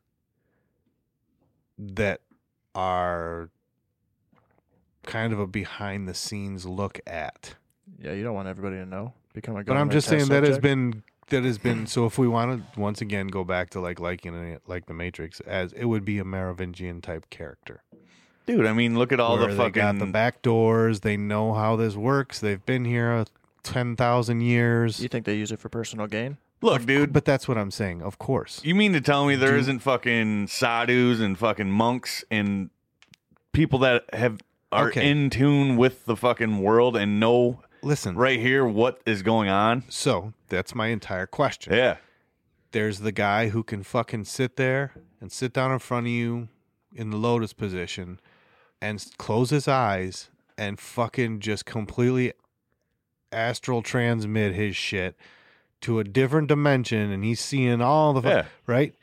that are kind of a behind the scenes look at?
yeah, you don't want everybody to know. Become a
But I'm
government
just
test
saying that has
subject.
been that has been so if we want to once again go back to like liking it like the Matrix as it would be a Merovingian type character.
Dude, I mean, look at all the
where
fucking.
they got the back doors, they know how this works, they've been here ten thousand years.
You think they use it for personal gain?
look, dude.
But that's what I'm saying, of course.
You mean to tell me there not fucking sadhus and fucking monks and people that have are
Okay.
in tune with the fucking world and know
Listen,
right here what is going on?
so that's my entire question.
Yeah.
There's the guy who can fucking sit there and sit down in front of you in the lotus position and s- close his eyes and fucking just completely astral transmit his shit to a different dimension and he's seeing all the fu-
Yeah.
right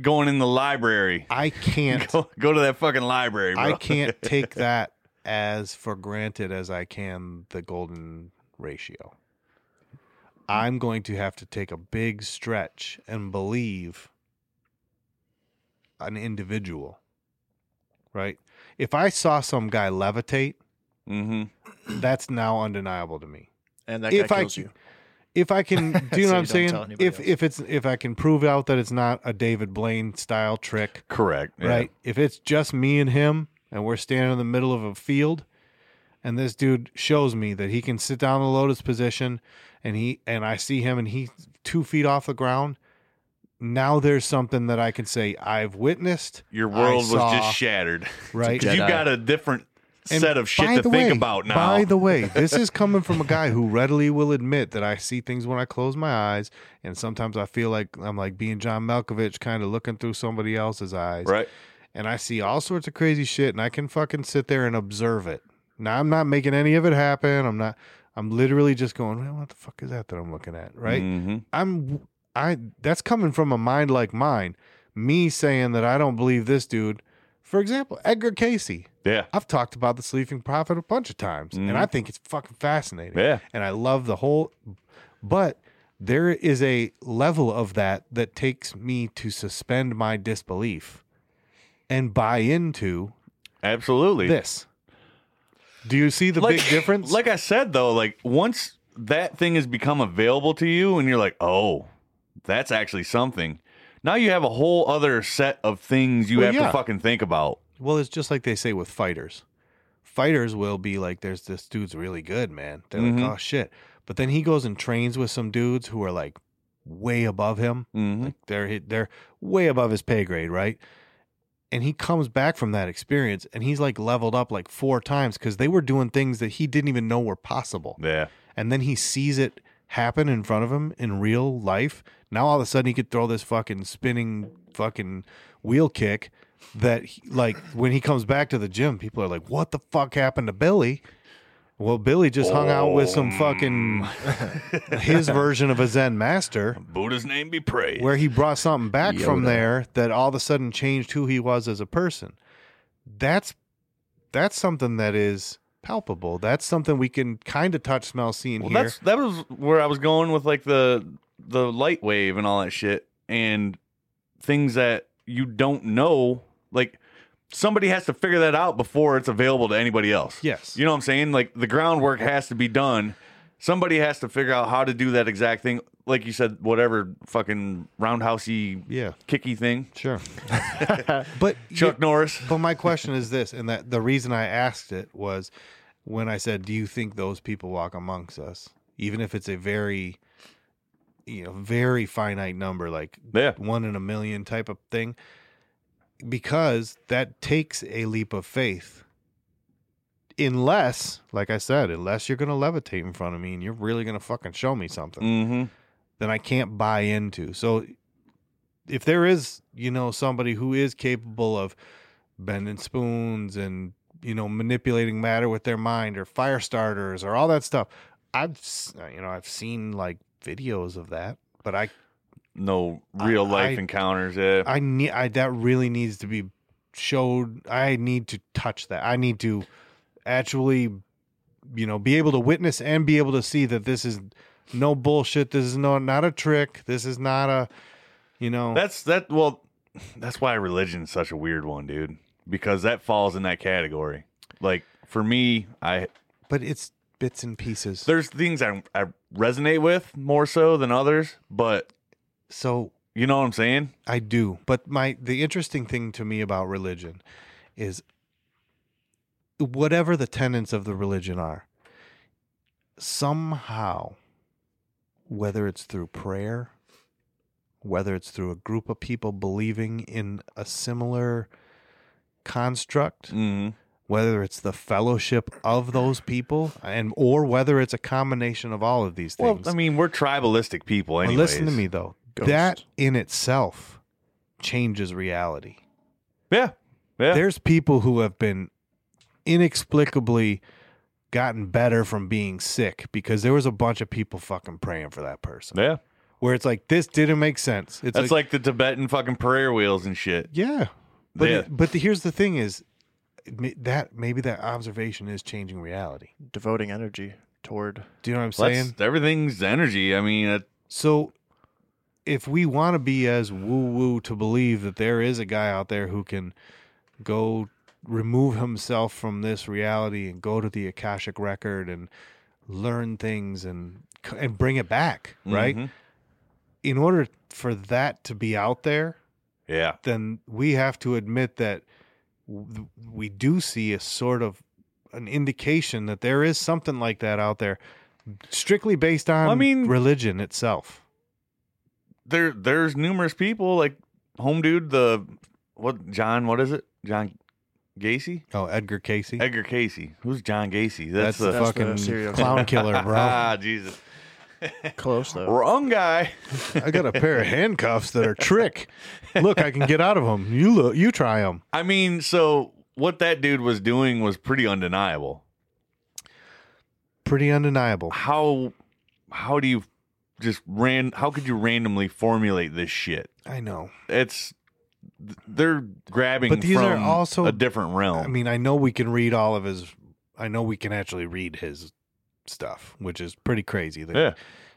Going in the library.
i can't
Go, go to that fucking library, bro.
i can't take that as for granted as i can the golden ratio I'm going to have to take a big stretch and believe an individual, right? If I saw some guy levitate,
Mm-hmm.
that's now undeniable to me.
and that
if
guy
I
kills
c-
you.
If I can, do you know what
So you
I'm
don't tell
saying?
anybody
If
else.
if it's if I can prove out that it's not a David Blaine style trick,
Correct. yeah.
right? If it's just me and him and we're standing in the middle of a field and this dude shows me that he can sit down in the lotus position and he and I see him and he's two feet off the ground, now there's something that I can say I've witnessed.
Your
I
world was
saw,"
just shattered.
right.
'Cause you
Jedi.
got a different
And
set of shit
by
to
the
think
way-
about now.
By the way, this is coming from a guy who readily will admit that I see things when I close my eyes, and sometimes I feel like I'm like being John Malkovich, kind of looking through somebody else's eyes.
right.
and I see all sorts of crazy shit and I can fucking sit there and observe it. Now I'm not making any of it happen. I'm not I'm literally just going, "Man, what the fuck is that that I'm looking at?" Right?
Mm-hmm.
I'm I that's coming from a mind like mine. Me saying that I don't believe this dude. For example, Edgar Casey.
Yeah.
I've talked about the sleeping prophet a bunch of times and I think it's fucking fascinating.
Mm. Yeah.
And I love the whole but there is a level of that that takes me to suspend my disbelief and buy into
Absolutely.
this. Do you see the big difference?
Like I said though, like once that thing has become available to you and you're like, "Oh, that's actually something." Now you have a whole other set of things you
Well,
have
yeah.
to fucking think about.
Well, it's just like they say with fighters. Fighters will be like, "There's this dude's really good, man." They're like,
Mhm.
"Oh shit!" But then he goes and trains with some dudes who are like way above him.
Mm-hmm.
Like they're they're way above his pay grade, right? And he comes back from that experience, and he's like leveled up like four times because they were doing things that he didn't even know were possible.
Yeah.
and then he sees it happen in front of him in real life. Now all of a sudden he could throw this fucking spinning fucking wheel kick that he, like when he comes back to the gym, people are like, "What the fuck happened to Billy?" Well, Billy just hung out with some fucking
Oh.
his version of a Zen master
Buddha's name be praised.
where he brought something back from
Yoda.
there that all of a sudden changed who he was as a person. That's that's something that is palpable. That's something we can kind of touch, smell, see, and
Well,
hear.
that's that was where I was going with like the the light wave and all that shit and things that you don't know. Like somebody has to figure that out before it's available to anybody else.
Yes.
You know what I'm saying? Like the groundwork has to be done. Somebody has to figure out how to do that exact thing. Like you said, whatever fucking roundhousey
Yeah.
kicky thing.
Sure. but
Chuck Norris.
but my question is this, and that the reason I asked it was when I said, "Do you think those people walk amongst us, even if it's a very, you know, very finite number, like
Yeah.
one in a million type of thing?" Because that takes a leap of faith. Unless, like I said, unless you're going to levitate in front of me and you're really going to fucking show me something
Mm-hmm.
then I can't buy into. So if there is, you know, somebody who is capable of bending spoons and, you know, manipulating matter with their mind or fire starters or all that stuff, I've, s- you know, I've seen like videos of that, but I,
No
I-
real life
I-
encounters. Yeah.
I need, I, that really needs to be showed. I need to touch that. I need to actually, you know, be able to witness and be able to see that this is no bullshit. This is no, not a trick. This is not a, you know,
That's that. Well, that's why religion's such a weird one, dude. Because that falls in that category. Like for me, I
but it's bits and pieces.
there's things I I resonate with more so than others, but
So
you know what I'm saying?
I do. But my the interesting thing to me about religion is whatever the tenets of the religion are, somehow, whether it's through prayer, whether it's through a group of people believing in a similar construct,
Mm-hmm.
whether it's the fellowship of those people and or whether it's a combination of all of these
Well,
things.
I mean, we're tribalistic people,
But
anyways.
listen to me though.
Ghost.
That in itself changes reality.
Yeah, yeah.
There's people who have been inexplicably gotten better from being sick because there was a bunch of people fucking praying for that person.
yeah.
Where it's like this didn't make sense. It's
That's like, the Tibetan fucking prayer wheels and shit.
yeah. But
Yeah.
it- but the, here's the thing is m- that maybe that observation is changing reality.
Devoting energy toward.
Do you know what I'm
Let's-
saying?
everything's energy. I mean, it,
So if we want to be as woo woo to believe that there is a guy out there who can go remove himself from this reality and go to the Akashic record and learn things and c- and bring it back, right?
Mhm.
In order for that to be out there,
Yeah.
then we have to admit that w- we do see a sort of an indication that there is something like that out there strictly based on
I mean-
religion itself.
There, there's numerous people like home dude. The what John? What is it? John Gacy?
Oh, Edgar Casey.
Edgar Casey. Who's John Gacy?
that's, the,
That's the
fucking
serial
clown killer, bro.
ah, Jesus.
Close though.
Wrong guy.
I got a pair of handcuffs that are trick. Look, I can get out of them. You look, you try them.
I mean, so what that dude was doing was pretty undeniable.
Pretty undeniable.
How how do you just ran how could you randomly formulate this shit?
I know.
It's they're grabbing
But these
from
are also-
a different realm.
I mean, I know we can read all of his. I know we can actually read his stuff, which is pretty crazy. That
yeah.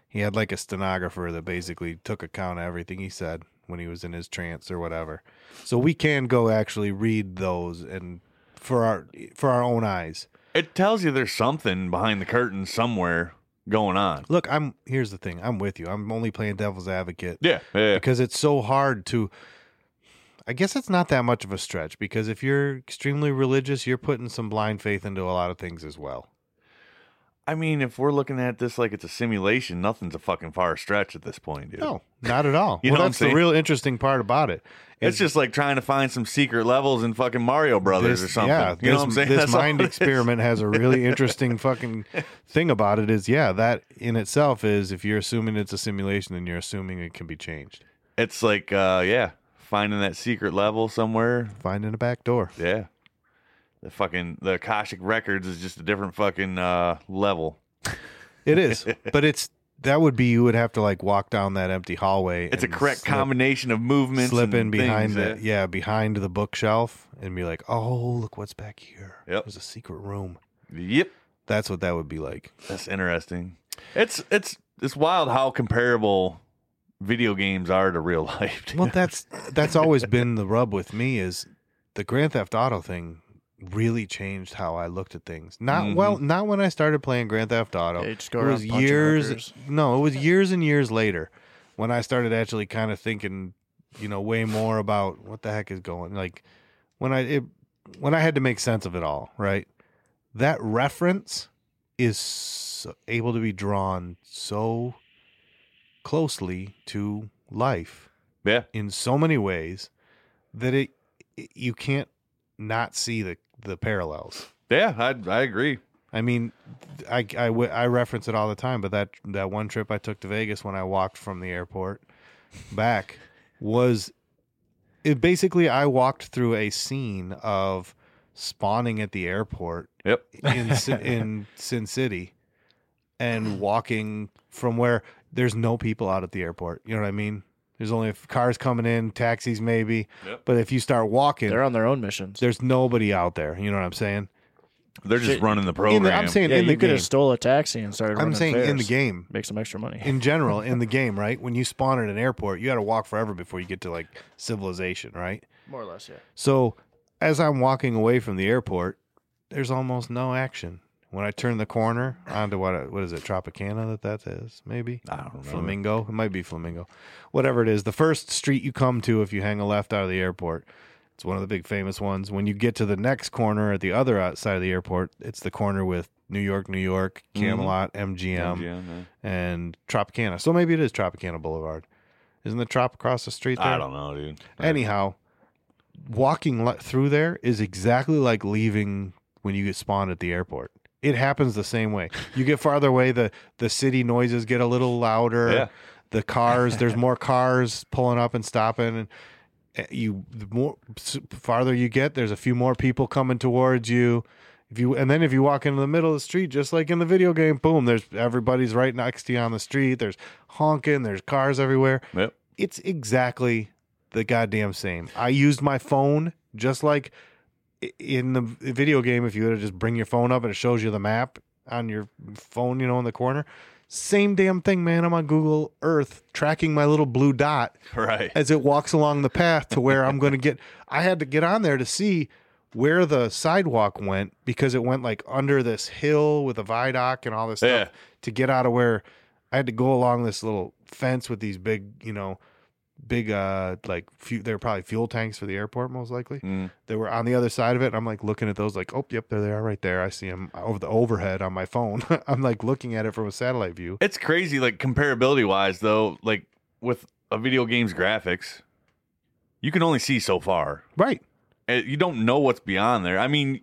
He had like a stenographer that basically took account of everything he said when he was in his trance or whatever. So we can go actually read those and for our for our own eyes.
It tells you there's something behind the curtain somewhere going on.
Look, I'm here's the thing. I'm with you. I'm only playing devil's advocate
Yeah. Yeah.
because it's so hard to I guess it's not that much of a stretch because if you're extremely religious, you're putting some blind faith into a lot of things as well.
I mean, if we're looking at this like it's a simulation, nothing's a fucking far stretch at this point, dude.
No, not at all.
You
well,
know what I'm
that's the
saying?
real interesting part about it.
It's
is-
just like trying to find some secret levels in fucking Mario Brothers or something.
Yeah,
you know
this,
what I'm saying?
this
That's all
mind
it is.
experiment has a really interesting fucking thing about it. Is yeah, that in itself is if you're assuming it's a simulation, then you're assuming it can be changed.
It's like, uh, yeah, finding that secret level somewhere.
Finding a back door.
Yeah. The fucking, the Akashic Records is just a different fucking uh, level.
It is, but it's that would be you would have to like walk down that empty hallway.
It's a
and
correct
slip-
combination of movements.
Slip in
and
behind
things,
the
yeah.
yeah behind the bookshelf and be like, oh look what's back here.
Yep.
There's a secret room.
Yep.
That's what that would be like.
That's interesting. It's, it's, it's wild how comparable video games are to real life. dude.
Well, that's that's always been the rub with me is the Grand Theft Auto thing really changed how I looked at things. Not well,
Mm-hmm.
not when I started playing Grand Theft Auto.
Yeah, you just go
it
around
was
punching
years.
hookers.
No, it was years and years later when I started actually kind of thinking, you know, way more about what the heck is going. Like when I it, when I had to make sense of it all. Right, that reference is so- able to be drawn so closely to life
yeah.
in so many ways that it, it- you can't not see the the parallels.
Yeah. I, I agree.
I mean, I, I, w- I reference it all the time, but that that one trip I took to Vegas when I walked from the airport back was it basically I walked through a scene of spawning at the airport
Yep.
in Sin- in Sin City and walking from where there's no people out at the airport. You know what I mean? There's only f- cars coming in, taxis maybe.
Yep.
But if you start walking,
They're on their own missions.
there's nobody out there. You know what I'm saying?
They're just
Shit.
running the program.
In the- I'm saying
yeah,
in the
you could
game.
have stole a taxi and started.
I'm
running
saying in the
fares.
game.
make some extra money.
In general, in the game, right? When you spawn at an airport, you got to walk forever before you get to like civilization, right?
More or less, yeah.
So as I'm walking away from the airport, there's almost no action. When I turn the corner onto what what is it, Tropicana? That that is maybe.
I don't remember.
Flamingo. It might be Flamingo. Whatever it is, the first street you come to if you hang a left out of the airport, it's one of the big famous ones. When you get to the next corner at the other outside of the airport, it's the corner with New York, New York,
Mm-hmm.
Camelot, MGM,
MGM,
and Tropicana. So maybe it is Tropicana Boulevard. Isn't the Trop across the street
yeah.
there?
I don't know, dude.
Anyhow, walking li- through there is exactly like leaving when you get spawned at the airport. It happens the same way. You get farther away, the the city noises get a little louder.
Yeah.
The cars, there's more cars pulling up and stopping, and uh, you the more s- farther you get, there's a few more people coming towards you. If you and then if you walk into the middle of the street, just like in the video game, boom, there's everybody's right next to you on the street. There's honking, there's cars everywhere
Yep.
it's exactly the goddamn same. I used my phone just like i- in the video game. If you were to just bring your phone up and it shows you the map, on your phone, you know, in the corner. Same damn thing, man. I'm on Google Earth tracking my little blue dot
Right.
as it walks along the path to where I'm going to get. I had to get on there to see where the sidewalk went because it went like under this hill with a viaduct and all this stuff
Yeah.
to get out of where I had to go along this little fence with these big, you know, big uh like few they were probably fuel tanks for the airport most likely.
Mm.
They were on the other side of it and I'm like looking at those like, "Oh, yep, there they are right there. I see them over the overhead on my phone." I'm like looking at it from a satellite view.
It's crazy, like comparability wise, though. Like with a video game's graphics, you can only see so far.
Right.
Uh, You don't know what's beyond there. I mean,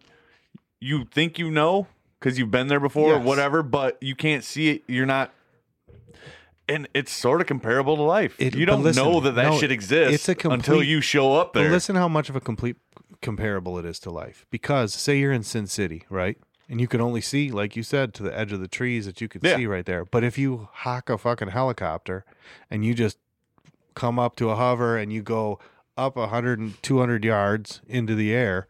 you think you know because you've been there before or
Yes.
whatever, but you can't see it. You're not. And it's sort of comparable to life.
It-
you
but
don't
listen,
know that that
no,
shit exists
it's a
until
complete-
you show up there.
But listen how much of a complete comparable it is to life. Because say you're in Sin City, right? And you can only see, like you said, to the edge of the trees that you can
Yeah.
see right there. But if you hock a fucking helicopter and you just come up to a hover and you go up 100 and 200 yards into the air,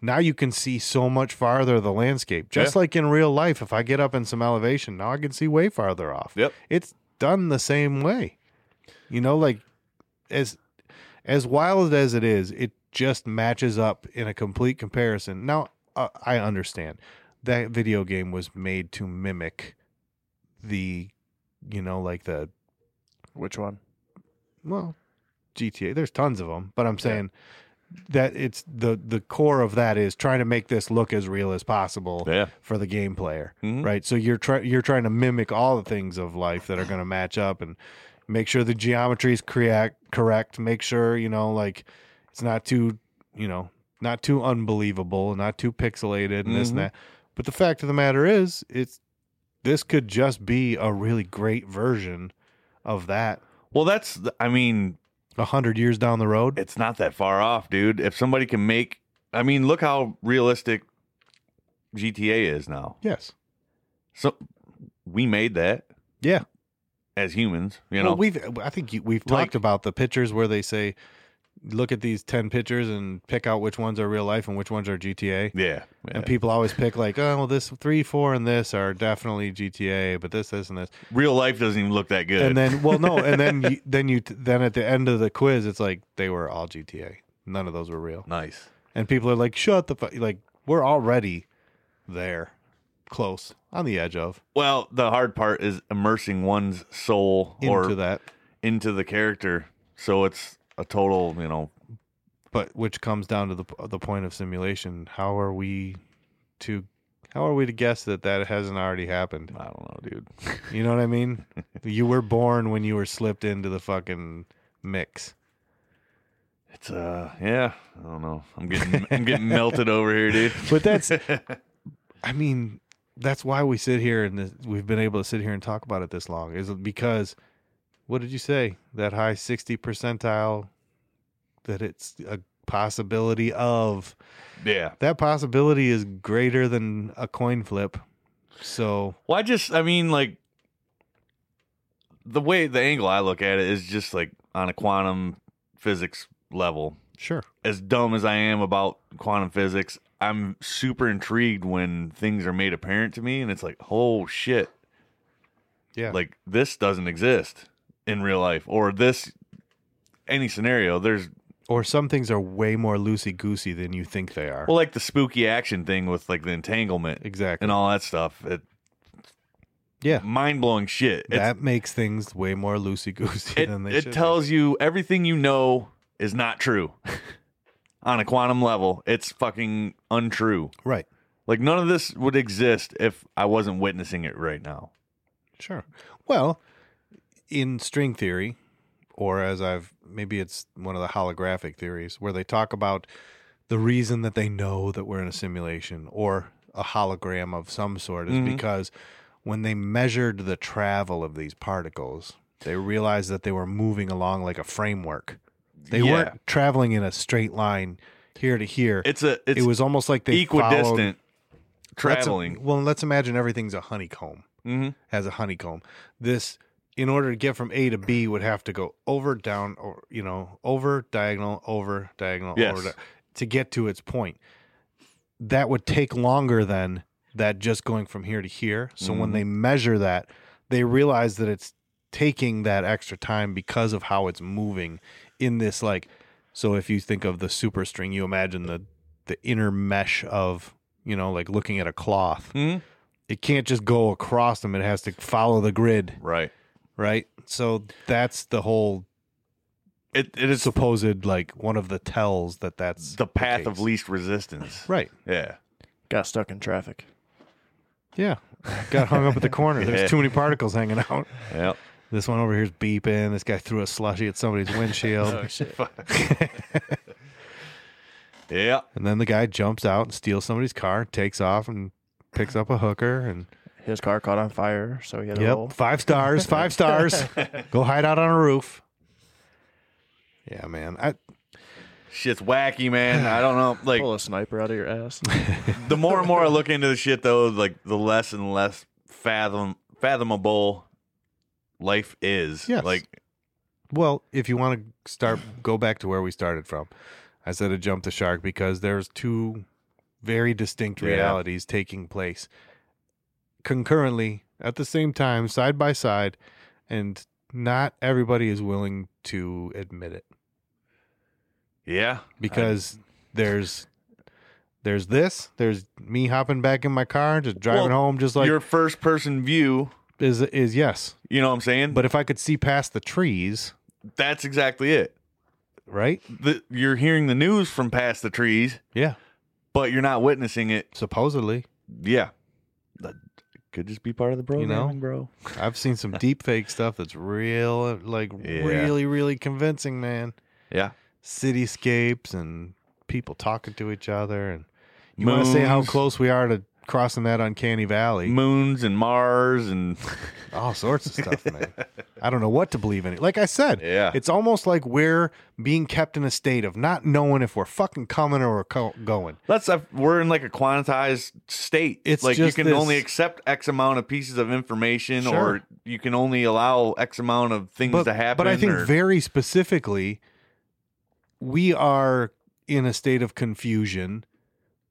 now you can see so much farther the landscape. Just like in real life, if I get up in some elevation, now I can see way farther off.
Yep.
It's done the same way. You know, like as as wild as it is, it just matches up in a complete comparison. Now, uh, I understand that video game was made to mimic the, you know, like the
Which one?
well, GTA. There's tons of them, but I'm saying that it's the the core of that is trying to make this look as real as possible
Yeah.
for the game player,
Mhm.
right? So you're trying you're trying to mimic all the things of life that are going to match up and make sure the geometry is correct. Correct. Make sure you know like it's not too you know not too unbelievable, not too pixelated, and this and
Mhm.
that. But the fact of the matter is, it's this could just be a really great version of that
Well, that's, the- I mean,
a hundred years down the road.
it's not that far off, dude. If somebody can make, I mean, look how realistic GTA is now.
Yes.
So we made that
Yeah.
as humans, you know.
well, we've uh, I think you- we've
Like-
talked about the pictures where they say, look at these ten pictures and pick out which ones are real life and which ones are GTA.
yeah, yeah.
And people always pick like, oh, well, this three, four, and this are definitely GTA, but this, this, and this.
real life doesn't even look that good.
And then, well, no, and then you, then you then at the end of the quiz, it's like they were all GTA. None of those were real.
nice.
And people are like, shut the fuck. Like we're already there, close on the edge of
Well, the hard part is immersing one's soul
into
or
that.
into the character, so it's a total, you know.
but which comes down to the the point of simulation. How are we to how are we to guess that that hasn't already happened?
I don't know, dude.
You know what I mean? you were born when you were slipped into the fucking mix.
It's uh, yeah, I don't know. I'm getting I'm getting melted over here, dude.
But that's I mean, that's why we sit here and this, we've been able to sit here and talk about it this long is because what did you say? That high 60 percentile that it's a possibility of
Yeah.
that possibility is greater than a coin flip. So
Well, I just, I mean, like the way the angle I look at it is just like on a quantum physics level.
sure,
As dumb as I am about quantum physics, I'm super intrigued when things are made apparent to me, and it's like, oh shit,
yeah,
like this doesn't exist in real life, or this any scenario. There's
or some things are way more loosey goosey than you think they are.
well, like the spooky action thing with like the entanglement
exactly.
and um, all that stuff. It
Yeah.
mind blowing shit. It's
that makes things way more loosey goosey
it,
than they should.
it
be.
tells you everything you know is not true on a quantum level it's fucking untrue
right.
like none of this would exist if i wasn't witnessing it right now
Sure. Well, in string theory, or as I've maybe it's one of the holographic theories where they talk about the reason that they know that we're in a simulation or a hologram of some sort is
Mhm.
because when they measured the travel of these particles, they realized that they were moving along like a framework. They
Yeah.
weren't traveling in a straight line here to here.
it's a it's
it was almost like they followed-
equidistant
let's-
traveling
well, let's imagine everything's a honeycomb
hmm
has a honeycomb. This, in order to get from A to B, would have to go over, down, or you know, over diagonal, over diagonal,
Yes.
over di- to get to its point. That would take longer than that just going from here to here. So when they measure that, they realize that it's taking that extra time because of how it's moving in this like so if you think of the super string, you imagine the the inner mesh of, you know, like looking at a cloth.
Mhm.
It can't just go across them. It has to follow the grid,
Right.
right? So that's the whole
It it is
supposed like one of the tells that that's
the path of
case.
least resistance.
right.
Yeah.
Got stuck in traffic.
Yeah. Got hung up at the corner.
Yeah.
There's too many particles hanging out.
Yeah.
This one over here's beeping. This guy threw a slushy at somebody's windshield.
Yeah.
and then the guy jumps out and steals somebody's car, takes off and picks up a hooker and
His car caught on fire, so he had a hole.
yep, five stars, five stars. Go hide out on a roof. Yeah, man. I
Shit's wacky, man. I don't know. Like
Pull a sniper out of your ass.
the more and more I look into the shit, though, like the less and less fathom fathomable life is.
Yes.
Like
Well, if you want to start, go back to where we started from. I said to jump the shark because there's two very distinct
Yeah.
realities taking place concurrently at the same time, side by side, and not everybody is willing to admit it
yeah,
because there's there's this there's me hopping back in my car just driving
Well,
home just like
your first person view.
is is yes
You know what I'm saying?
but if i could see past the trees
that's exactly it.
right
The, you're hearing the news from past the trees,
yeah
but you're not witnessing it.
supposedly
Yeah, that could just be part of the
you
program.
know
bro.
I've seen some deep fake stuff that's real, like
Yeah.
really, really convincing, man.
Yeah,
Cityscapes and people talking to each other. And you want to say how
Moons.
close we are to crossing that uncanny valley?
moons and Mars and
All sorts of stuff, man. I don't know what to believe in. Like I said,
Yeah.
it's almost like we're being kept in a state of not knowing if we're fucking coming or we're co- going.
That's a, we're in like a quantized state.
It's
like
just
you can
this-
only accept X amount of pieces of information,
Sure.
or you can only allow X amount of things
but,
to happen.
But I think
or-
very specifically, we are in a state of confusion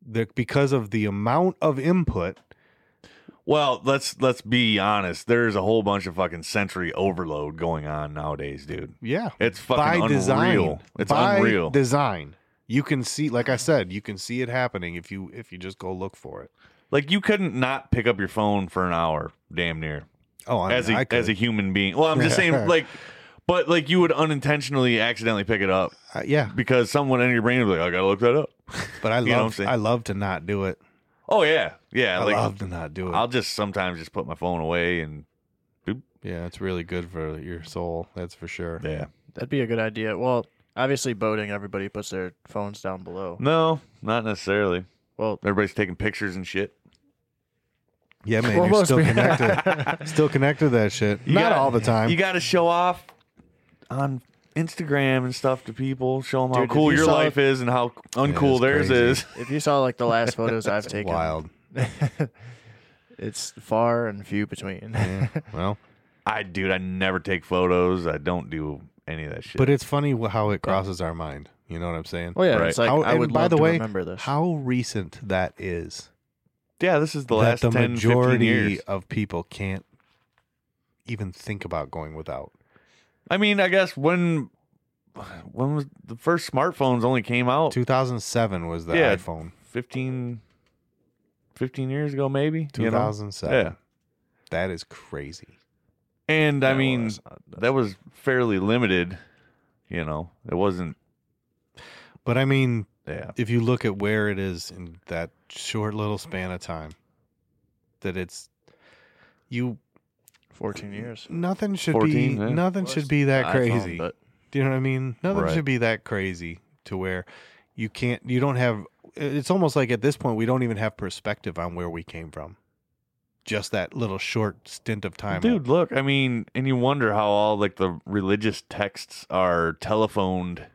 that because of the amount of input.
well, let's let's be honest. There's a whole bunch of fucking sensory overload going on nowadays, dude.
Yeah,
It's fucking unreal. It's
by
unreal.
Design. You can see, like I said, you can see it happening if you if you just go look for it.
like you couldn't not pick up your phone for an hour, damn near,
Oh, I mean,
as a
I could.
as a human being. Well, I'm just saying, like, but like you would unintentionally accidentally pick it up
Uh, yeah,
because someone in your brain would be like, I gotta look that up.
but I
You know what I'm
love
saying?
I love to not do it.
Oh yeah, yeah.
I
like,
love to not do it.
I'll just sometimes just put my phone away and
yeah, it's really good for your soul. That's for sure.
yeah.
That'd be a good idea. Well, obviously boating, everybody puts their phones down below.
No, not necessarily.
Well,
Everybody's taking pictures and shit.
Yeah, man,
Well,
you're
most
still
people-
connected. still connected to that shit.
You
not
gotta-
all the time.
You got to show off on Instagram and stuff to people. Show them how
Dude, if
cool
you
your
saw-
life is and how uncool
it's
theirs
crazy.
is.
if you saw like the last photos I've taken,
Wild.
it's far and few between.
Well,
I, dude, I never take photos. I don't do any of that shit.
but it's funny wh- how it crosses our mind. You know what I'm saying?
well, Oh, yeah,
Right.
it's like
How-
I
and
would
by
love
the
to
way,
remember this.
How recent that is.
yeah, this is the
that
last
the
10, 15
majority
years.
of people can't even think about going without.
I mean, I guess when when was the first smartphones only came out?
2007 was the
Oh. Yeah.
iPhone.
15, 15 years ago, maybe. you know?
2007.
Yeah.
That is crazy.
And I
Yeah, well,
mean,
that's not-
that was fairly limited. You know, it wasn't.
But I mean,
Yeah,
if you look at where it is in that short little span of time, that it's you
14 years.
nothing should
14,
be
yeah.
nothing should be that crazy.
but
Do you know what I mean? Nothing
Right.
should be that crazy to where you can't you don't have it's almost like at this point we don't even have perspective on where we came from. Just that little short stint of time.
dude, look. I mean, and you wonder how all like the religious texts are telephoned.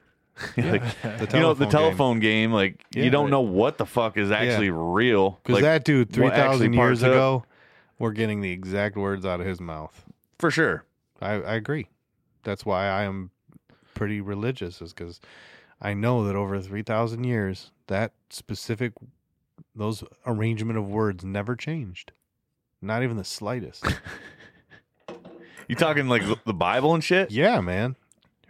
like,
the
you know, the
game.
telephone game. like
Yeah.
you don't know what the fuck is actually real.
Because
like,
that dude,
what actually
3,000 years
partook.
ago, we're getting the exact words out of his mouth.
for sure.
I, I agree. That's why I am pretty religious, is because I know that over 3,000 years, that specific Those arrangement of words never changed. Not even the slightest.
You talking like the- the Bible and shit?
yeah, man.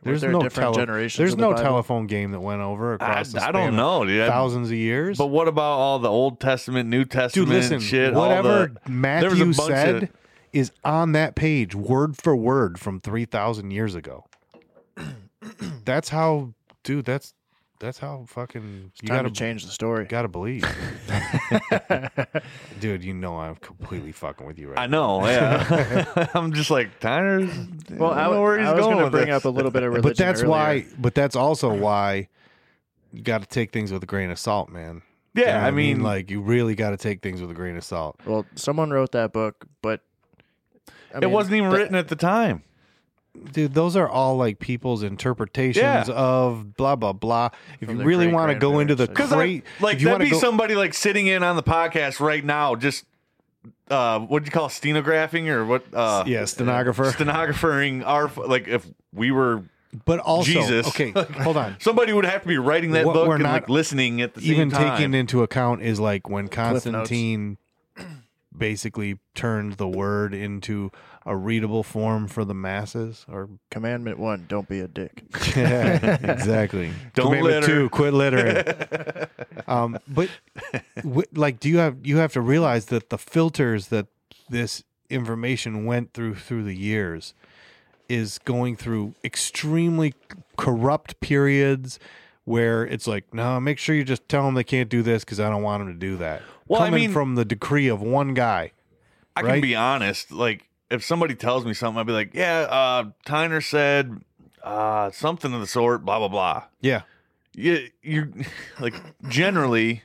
There's
there
no
different
tele-
generations
There's
of the
no
Bible?
telephone game that went over
I,
across the
I
span
don't
of
know, dude. I-
Thousands of years.
but what about all the Old Testament, New
Dude,
Testament
listen,
shit? all
whatever
the- there was a
Matthew
bunch
said
of-
is on that page, word for word, from three thousand years ago. that's how, dude. That's that's how fucking you
Time
gotta
to change the story.
gotta believe, dude. You know I'm completely fucking with you right
I know, yeah. I'm just like Tyner's.
Well, I,
don't know where he's
I was
going
gonna
with
bring
this.
up a little bit of religion.
but that's
earlier.
why but that's also why you got to take things with a grain of salt man You know
Yeah,
what
I mean, like
like you really got to take things with a grain of salt
Well, someone wrote that book, but I
it
mean,
wasn't even
that-
written at the time.
dude those are all like people's interpretations
Yeah.
of blah blah blah if
From
you
their
really want to go into the
Because
great-grandparents,
I
great
like
if you
that'd
want to
be
go
somebody like sitting in on the podcast right now, just uh, what do you call it, stenographing or what? Uh,
yeah stenographer
stenographering our f- like if we were
but also
Jesus.
okay hold on
somebody would have to be writing that
What
book
we're
and
not
like listening at the same
even
time.
taking into account is like when
notes.
Constantine basically turned the word into a readable form for the masses or
Commandment one: Don't be a dick.
yeah, exactly.
Don't
Commandment
litter.
two, quit littering. um, but w- like, do you have you have to realize that the filters that this information went through through the years is going through extremely corrupt periods where it's like, no, make sure you just tell them they can't do this because I don't want them to do that.
Well, I
Coming
mean-
from the decree of one guy.
I can
right?
be honest. Like if somebody tells me something, I'd be like, "Yeah, uh, Tyner said uh, something of the sort." Blah blah blah.
Yeah,
You, you like generally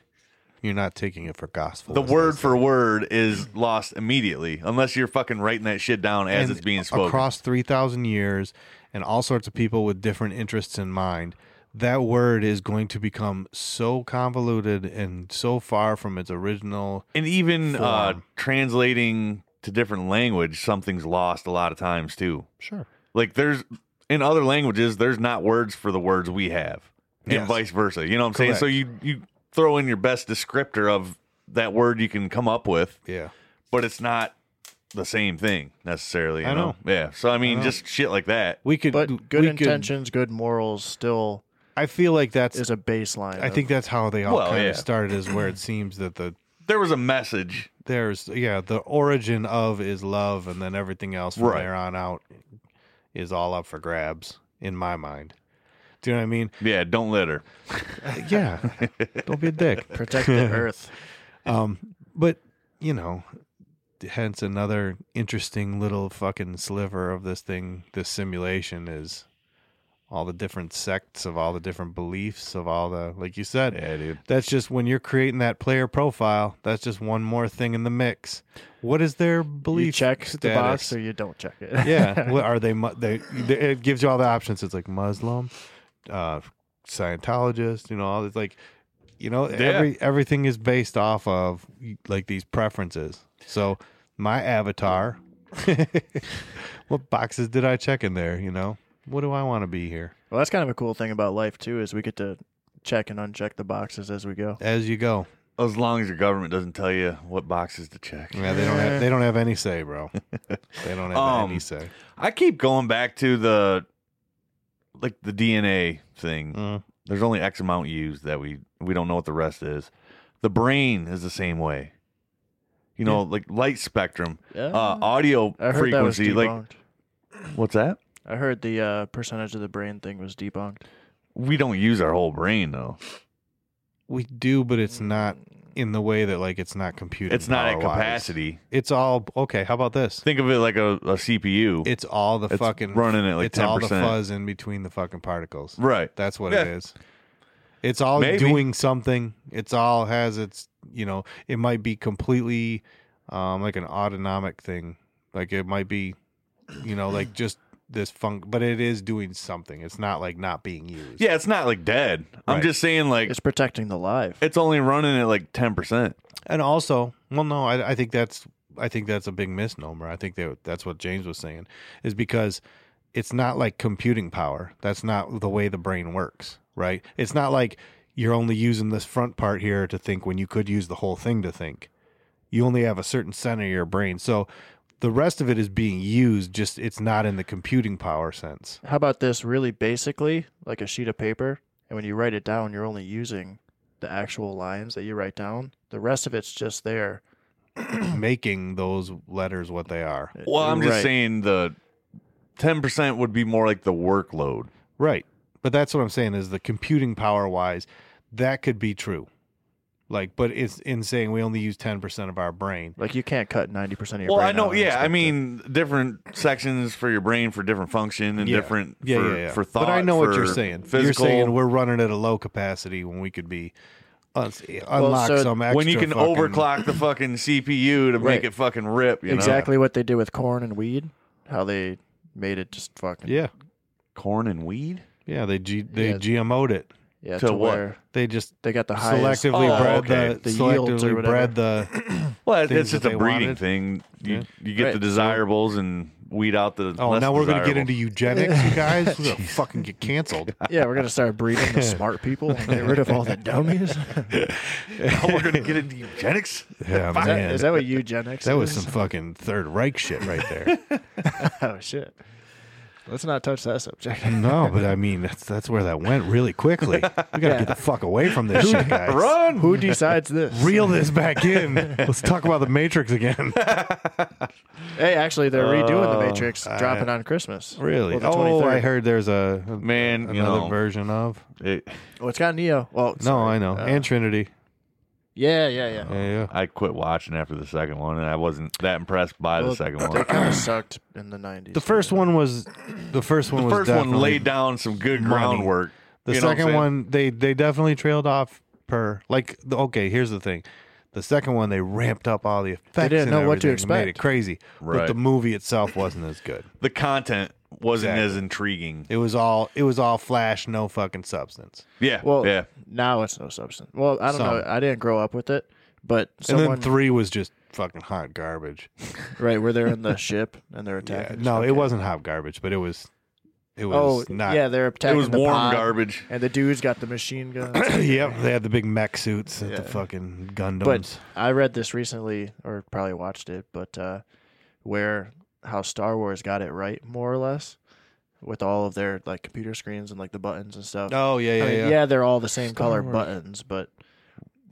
you're not taking it for gospel.
the
is this?
word for word is lost immediately unless you're fucking writing that shit down as
and
it's being spoken.
across 3000 years and all sorts of people with different interests in mind that word is going to become so convoluted and so far from its original
and even uh,
form.
translating to different language, something's lost a lot of times too.
sure
Like there's in other languages, there's not words for the words we have, and
Yes.
vice versa. You know what I'm
Correct.
saying? So you you throw in your best descriptor of that word you can come up with,
yeah
but it's not the same thing necessarily. You
I
know? Yeah. So I mean,
know.
just shit like that.
we could
But good
we could-
intentions, good morals, still
i feel like that's
is a baseline.
i
of-
think that's how they all
Well,
kind
yeah.
of started is where it seems that the
There was a message.
there's yeah the origin of is love and then everything else from
Right.
there on out is all up for grabs in my mind do you know what i mean
Yeah. Don't litter.
yeah don't be a dick
protect the earth.
Um, but you know, hence another interesting little fucking sliver of this thing. This simulation is all the different sects of all the different beliefs of all the, like you said,
Yeah, dude.
that's just when you're creating that player profile. That's just one more thing in the mix. What is their belief?
You check the
status?
box or you don't check it.
yeah. What are they? mu- They, they? It gives you all the options. It's like Muslim, uh, Scientologist. You know, all it's like, you know, every everything is based off of like these preferences. So my avatar, what boxes did I check in there? You know, what do I want to be here
Well, that's kind of a cool thing about life too, is we get to check and uncheck the boxes as we go.
as you go?
As long as your government doesn't tell you what boxes to check.
Yeah, they don't have they don't have any say, bro. They don't have
Um,
any say.
I keep going back to the like the DNA thing.
Mm.
There's only X amount used that we we don't know what the rest is. The brain is the same way. You know, like light spectrum,
Yeah.
uh, audio
Oh. I heard
frequency.
that was
Like
debunked.
what's that?
I heard the uh, percentage of the brain thing was debunked.
We don't use our whole brain though.
We do, but it's not in the way that like it's not computed.
It's not at
power-wise.
capacity.
It's all okay. How about this?
Think of it like a, a CPU.
It's all the
It's
fucking
running at, like,
it's all the
10%.
fuzz in between the fucking particles.
right.
That's what it
Yeah.
is. It's all
Maybe.
doing something. It's all has its you know. It might be completely um, like an autonomic thing. Like it might be, you know, like just this funk, but it is doing something. It's not like not being used.
Yeah, it's not like dead. I'm
Right.
just saying like
It's protecting the life.
it's only running at like ten percent.
And also, well, no, I, I think that's I think that's a big misnomer. I think that that's what James was saying is because it's not like computing power. That's not the way the brain works, right? It's not like you're only using this front part here to think when you could use the whole thing to think. You only have a certain center of your brain. So the rest of it is being used, just it's not in the computing power sense.
How about this really basically, like a sheet of paper, and when you write it down, you're only using the actual lines that you write down. The rest of it's just there.
Making those letters what they are.
Well, I'm just
Right.
saying the ten percent would be more like the workload.
Right. But that's what I'm saying is the computing power wise, that could be true. Like, but it's in saying we only use 10% of our brain.
Like you can't cut ninety percent of your.
Well, I
brain
Oh,
know.
out and
Yeah,
expect
I
to-
mean, different sections for your brain for different function and
Yeah.
different
Yeah,
for,
yeah, yeah.
for thought.
But I know what
for
you're saying.
Physical.
You're saying we're running at a low capacity when we could be un- unlock
so
some extra.
when you can
fucking-
overclock the fucking CPU to make
Right.
it fucking rip. You
exactly what they did with corn and weed. How they made it just fucking
Yeah,
Know? Corn and weed.
yeah. They G- they
Yeah.
GMO'd it.
yeah
To
to,
what?
where
They just
they got the highest.
selectively
Oh,
bred
okay.
the,
The yields or
selectively bred the.
Well, it-
things
it's just
that
a
they
breeding
wanted.
thing. You,
Yeah.
you get
Right,
the
so-
desirables and weed out the.
Oh,
less
now we're gonna get
desirable.
into eugenics, you guys. we're gonna fucking get canceled.
Oh, Yeah, we're gonna start breeding the smart people and get rid of all the dummies. Is
now we're gonna get into eugenics.
Yeah,
that-
man.
is that what eugenics?
that was
is?
some fucking Third Reich shit right there.
oh shit. Let's not touch that subject.
no, but I mean that's that's where that went really quickly. We gotta get the fuck away from this shit, guys.
Run.
Who decides this?
Reel this back in. Let's talk about the Matrix again.
Hey, actually, they're redoing the
Oh,
Matrix, dropping on Christmas.
Really?
Well, the
oh,
23rd.
I heard there's a
Man,
another
you know.
version of.
It-
Well, it's got Neo. Well, it's-
No, I know.
uh,
and Trinity.
yeah, yeah, yeah.
Yeah, yeah.
I quit watching after the second one, and I wasn't that impressed by
Well,
the second
They
one.
kind of sucked in the '90s.
The first one was the first one
The
was
first one
definitely-
laid down some good
money.
groundwork.
The
You know what I'm
second
saying?
one they they definitely trailed off per like the, okay, here's the thing. The second one they ramped up all the effects.
didn't
and
know what to
everything and Made it
expect.
crazy. But
Right.
the movie itself wasn't as good.
the content wasn't
Exactly.
as intriguing.
It was all it was all flash, no fucking substance.
Yeah,
Well,
yeah.
now it's no substance. Well, I don't
Some.
know. I didn't grow up with it, but
and
someone
then three was just fucking hot garbage.
right where they're in the ship and they're
Yeah,
attacking.
no, it wasn't hot garbage, but it was it
Oh,
was not
yeah, they're
It
attacking.
was
the
warm
pod,
garbage.
and the dude's got the machine gun.
yep, they had the big mech suits at
Yeah.
the fucking Gundams.
but I read this recently, or probably watched it, but uh, where how Star Wars got it right, more or less, with all of their like computer screens and like the buttons and stuff.
oh yeah, yeah,
I mean,
yeah.
yeah. they're all the same color
Wars.
buttons, but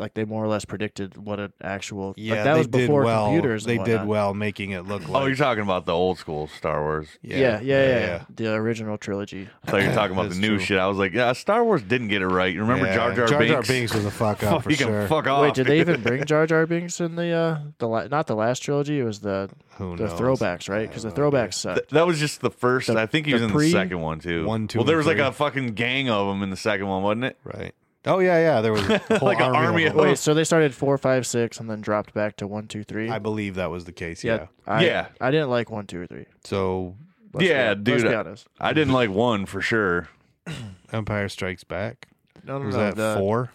like they more or less predicted what an actual
Yeah,
like that
they
was
did
before
well-
computers. and
They did
whatnot.
well making it look like.
oh, you're talking about the old school Star Wars.
Yeah yeah yeah, The original trilogy.
I thought you were talking about
That's
the new
true.
shit. I was like, yeah, Star Wars didn't get it right. You Remember
Yeah,
Jar Jar
Jar
Binks?
Jar Binks was a fuck up for
you
sure.
can fuck off.
Wait, did they
dude.
even bring Jar Jar Binks in the uh the la- not the last trilogy? It was the
Who
the
knows?
throwbacks, right? Because the throwbacks
Th-
sucked.
that was just the first.
The-
I think he
the
was in
pre-
the second one too.
One, two,
Well, there
and
was like
three.
a fucking gang of them in the second one, wasn't it?
Right. Oh yeah, yeah. There was a whole
Like an army
of
of-
them.
Wait, so they started four, five, six, and then dropped back to one, two, three.
I believe that was the case. Yeah.
yeah, I,
Yeah.
I didn't like one, two, or three.
So
Let's
Yeah,
be,
dude, uh,
Let's be
I-
honest.
I didn't like one for sure.
Empire Strikes Back
No, no,
was
no.
that
the-
four,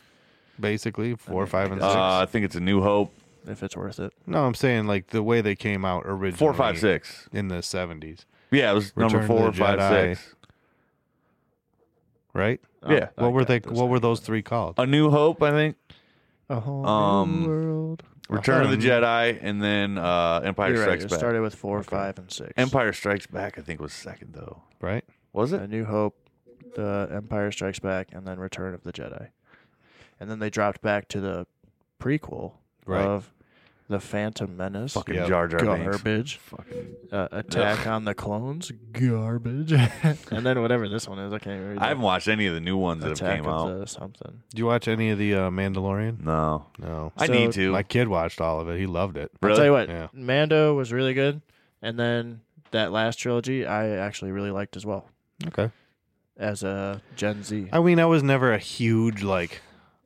basically four, five, and six.
Uh, I think it's a New Hope.
If it's worth it.
no, I'm saying like the way they came out originally.
Four, five, six.
in the '70s,
Yeah, it was number
Return of
four,
the
five,
Jedi.
six.
right?
Yeah.
I
what were
got
they?
those
What were those three called?
A New Hope, I think.
A whole
Um,
new world.
Oh.
Return
Hmm.
of the
Um,
Jedi, and then uh, Empire
You're right.
Strikes
It
Back.
started with four, five, and six.
Empire Strikes Back, I think, was second though.
right.
Was
A
it?
New Hope, The Empire Strikes Back, and then Return of the Jedi. And then they dropped back to the prequel
Right.
of The Phantom Menace.
Fucking
Yeah.
Jar Jar Binks.
garbage.
Fucking.
Uh, attack on the Clones. Garbage. and then whatever this one is, I can't read.
I haven't watched any of the new ones that have
Attack
came
of
out.
the something.
Did you watch any of the uh, Mandalorian?
No,
No.
I
So-
need to.
My kid watched all of it. He loved it.
I'll tell you
really?
what,
Yeah.
Mando was really good, and then that last trilogy I actually really liked as well
Okay.
as a Gen Z.
I mean, I was never a huge like.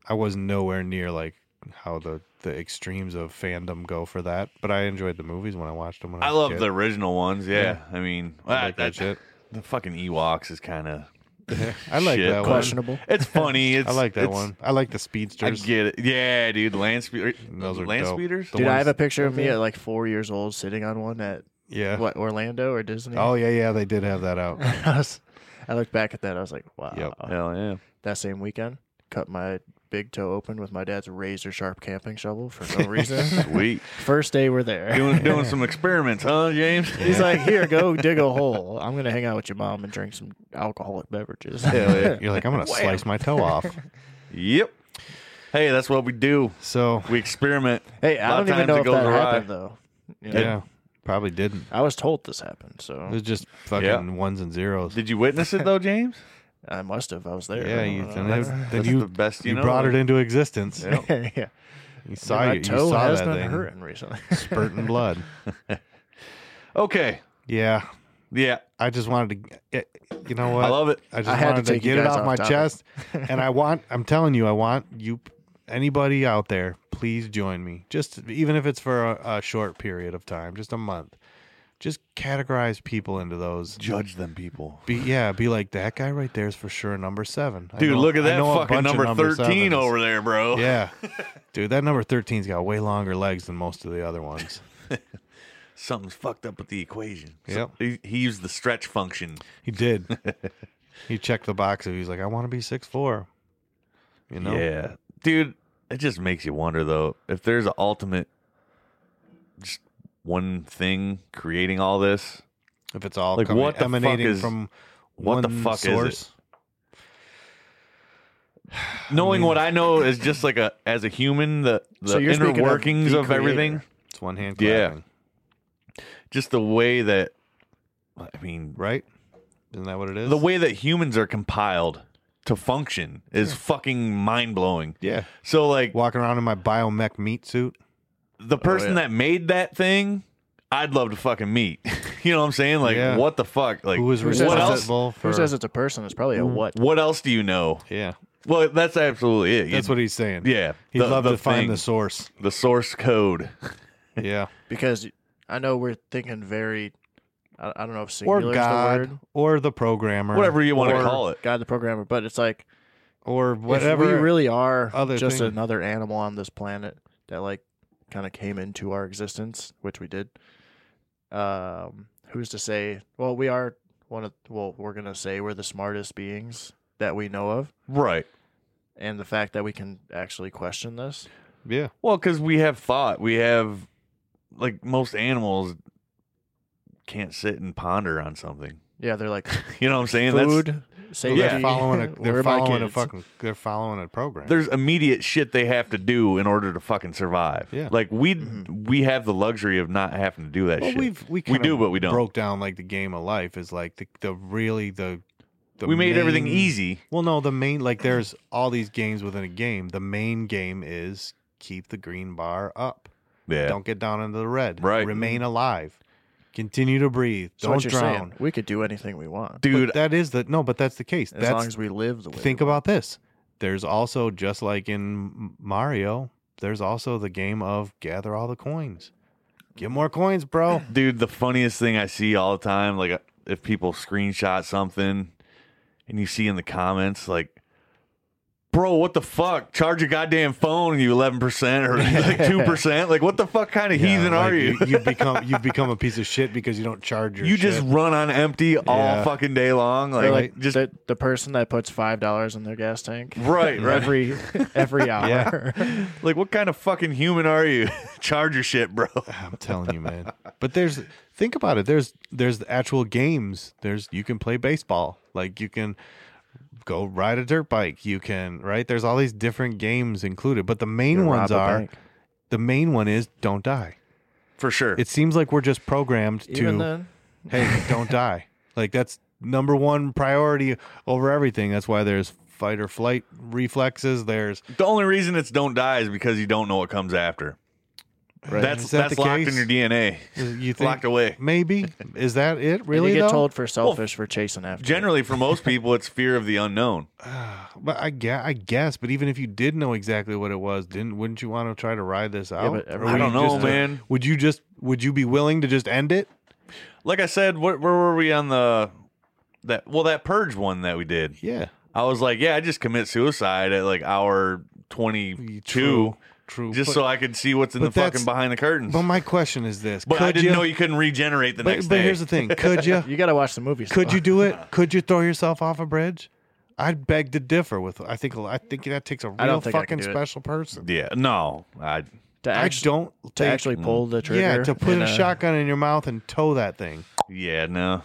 I was nowhere near like how the the extremes of fandom go for that. But I enjoyed the movies when I watched them. When I,
I
was a
love
kid.
the original ones. Yeah, I mean,
I
I
like that shit.
the fucking Ewoks is kind of.
I like
Shit.
that one.
Questionable.
It's funny. It's,
I like that
it's-
one. I like the
I
speedsters.
get it. Yeah, dude. Land speeder.
Those are
land
dope.
speeders.
The
Dude, I
ones-
have a picture of me at like four years old sitting on one at
yeah.
what Orlando or Disney.
Oh yeah, yeah. They did have that out.
Oh,
I, was, I looked back at that. I was like, wow.
Yep.
Hell yeah.
That same weekend, cut my big toe open with my dad's razor sharp camping shovel for no reason.
Sweet.
First day we're there.
Doing doing some experiments, huh, James?
He's like, here, go dig a hole. I'm gonna hang out with your mom and drink some alcoholic beverages.
Hell yeah.
You're like, I'm gonna slice my toe off.
Yep. Hey, that's what we do.
So
We experiment.
Hey,
A lot
I
of
don't
times
even know
it
if
goes
that
awry.
happened though. You know,
yeah, probably didn't.
I was told this happened,
It
so
was just fucking
Yeah.
ones and zeros.
Did you witness it though, James?
I must have. I was there. Uh,
yeah,
I
you,
don't
and
know.
that's- then
That's
you
the best you,
you
know.
brought it into existence.
yeah.
You saw
my
you, you
toe
saw
has
that
been
thing
hurting recently.
spurting blood.
Okay.
Yeah,
Yeah.
I just wanted to, it, you know what?
I love it.
I just
I had to
wanted to,
take you
get it
guys
off,
off
my
topic.
chest, and I want. I'm telling you, I want you, anybody out there, please join me. Just even if it's for a, a short period of time, just a month. Just categorize people into those.
Judge them people.
Be yeah, be like that guy right there is for sure number seven. I
Dude,
know-
look
I
at that
know a
fucking
bunch of
number, 13
sevens."
over there, bro.
Yeah, dude, that number 13's got way longer legs than most of the other ones.
Something's fucked up with the equation.
Yep.
he, he used the stretch function.
He did. he checked the box. and He was like, I want to be six four. You know?
Yeah. Dude, it just makes you wonder though, if there's an ultimate just one thing creating all this.
If it's all
Like,
coming,
what the fuck
emanating
is-
from
what the
one
fuck is it?
source.
Knowing what I know is just like a as a human, the, the
So you're
inner
speaking of
workings
the
of, everything.
creator.
It's one hand
Yeah.
clapping,
Just the way that I mean
right? Isn't that what it is?
the way that humans are compiled to function is fucking mind blowing.
yeah.
So like
Walking around in my biomech meat suit.
the person
Oh, yeah.
that made that thing, I'd love to fucking meet. you know what I'm saying? Like
Yeah.
what the fuck? Like
Who is
Who says it's-
responsible for? Mm.
Who says it's a person? It's probably a what?
what else do you know?
yeah,
Well, that's absolutely it. You-
that's what he's saying.
Yeah,
he'd
the-
love
the
to find
thing.
the source.
the source code.
Yeah,
Because I know we're thinking very. I, I don't know if
or
singular is the
God,
word.
or the programmer,
Whatever you want to
or
call it.
God the programmer, but it's like
or
whatever.
whatever.
We really are
other
just
thing-
another animal on this planet that like kind of came into our existence, which we did. Um, who's to say? Well, we are one of. Well, we're gonna say we're the smartest beings that we know of,
Right.
and the fact that we can actually question this.
yeah,
Well, because we have thought. We have, like, most animals can't sit and ponder on something.
Yeah, they're like
You know what I'm saying?
food, safety.
Yeah.
they're following a
where
they're
are my
following a
kids?
fucking they're following a program.
There's immediate shit they have to do in order to fucking survive.
Yeah.
Like, we we have the luxury of not having to do that
well,
shit.
we've we,
we
kinda
do, but we don't.
broke down like the game of life is like the, the really the, the
we made everything
main-
easy.
Well, no, the main like there's all these games within a game. The main game is keep the green bar up.
Yeah.
Don't get down into the red.
Right.
Remain alive. Continue to breathe.
So
Don't
what you're
drown.
saying, we could do anything we want.
But
Dude,
that is the no, but that's the case.
as
that's
long as we live the way.
think
we
about this. There's also just like in Mario, there's also the game of gather all the coins. Get more coins, bro.
dude the funniest thing i see all the time like if people screenshot something and you see in the comments like bro what the fuck charge your goddamn phone and you 11% or like 2% like what the fuck kind of heathen
Yeah, like,
are you
You've become you've become a piece of shit because you don't charge your
you just
shit.
run on empty all
Yeah.
fucking day long like,
They're like
just
the, the person that puts five dollars in their gas tank
right right
every every hour.
like what kind of fucking human are you charge your shit bro
I'm telling you, man. But there's think about it. There's there's the actual games. There's you can play baseball. Like you can go ride a dirt bike. You can right. There's all these different games included. But the main
Rob
ones
a
are
bank.
the main one is don't die.
for sure
It seems like we're just programmed
Even
to
then,
hey, don't die. Like that's number one priority over everything. That's why there's fight or flight reflexes. There's
the only reason it's don't die is because you don't know what comes after that's
Is that
that's
the
locked
case?
in your dna
you think
locked away
maybe is that it
really
really
you get
though?
told for selfish for chasing after. it.
Generally, for most people, it's fear of the unknown.
But I guess, I guess, but even if you did know exactly what it was, didn't wouldn't you want to try to ride this out?
but
Or
everybody-
would
I don't
you
know,
just, uh,
man.
would you just would you be willing to just end it?
Like I said, where, where were we on the that? Well, that purge one that we did.
Yeah,
I was like, yeah, I just commit suicide at like hour twenty two,
true, true.
just
but,
so I could see what's in
but
the fucking
that's-
behind the curtains.
But
But,
my question is this:
I
could
didn't
you-
know you couldn't regenerate the
But,
next
but
day.
here's the thing: could you
you got to watch the movies.
could you do it? Could you throw yourself off a bridge? I'd beg to differ with. I think I think that takes a
I
real
don't think I
fucking
can do it.
special person.
Yeah, no, I
To, act-
I don't
to
think-
actually pull the trigger.
Yeah, to put
and,
a
uh,
shotgun in your mouth and tow that thing.
yeah no,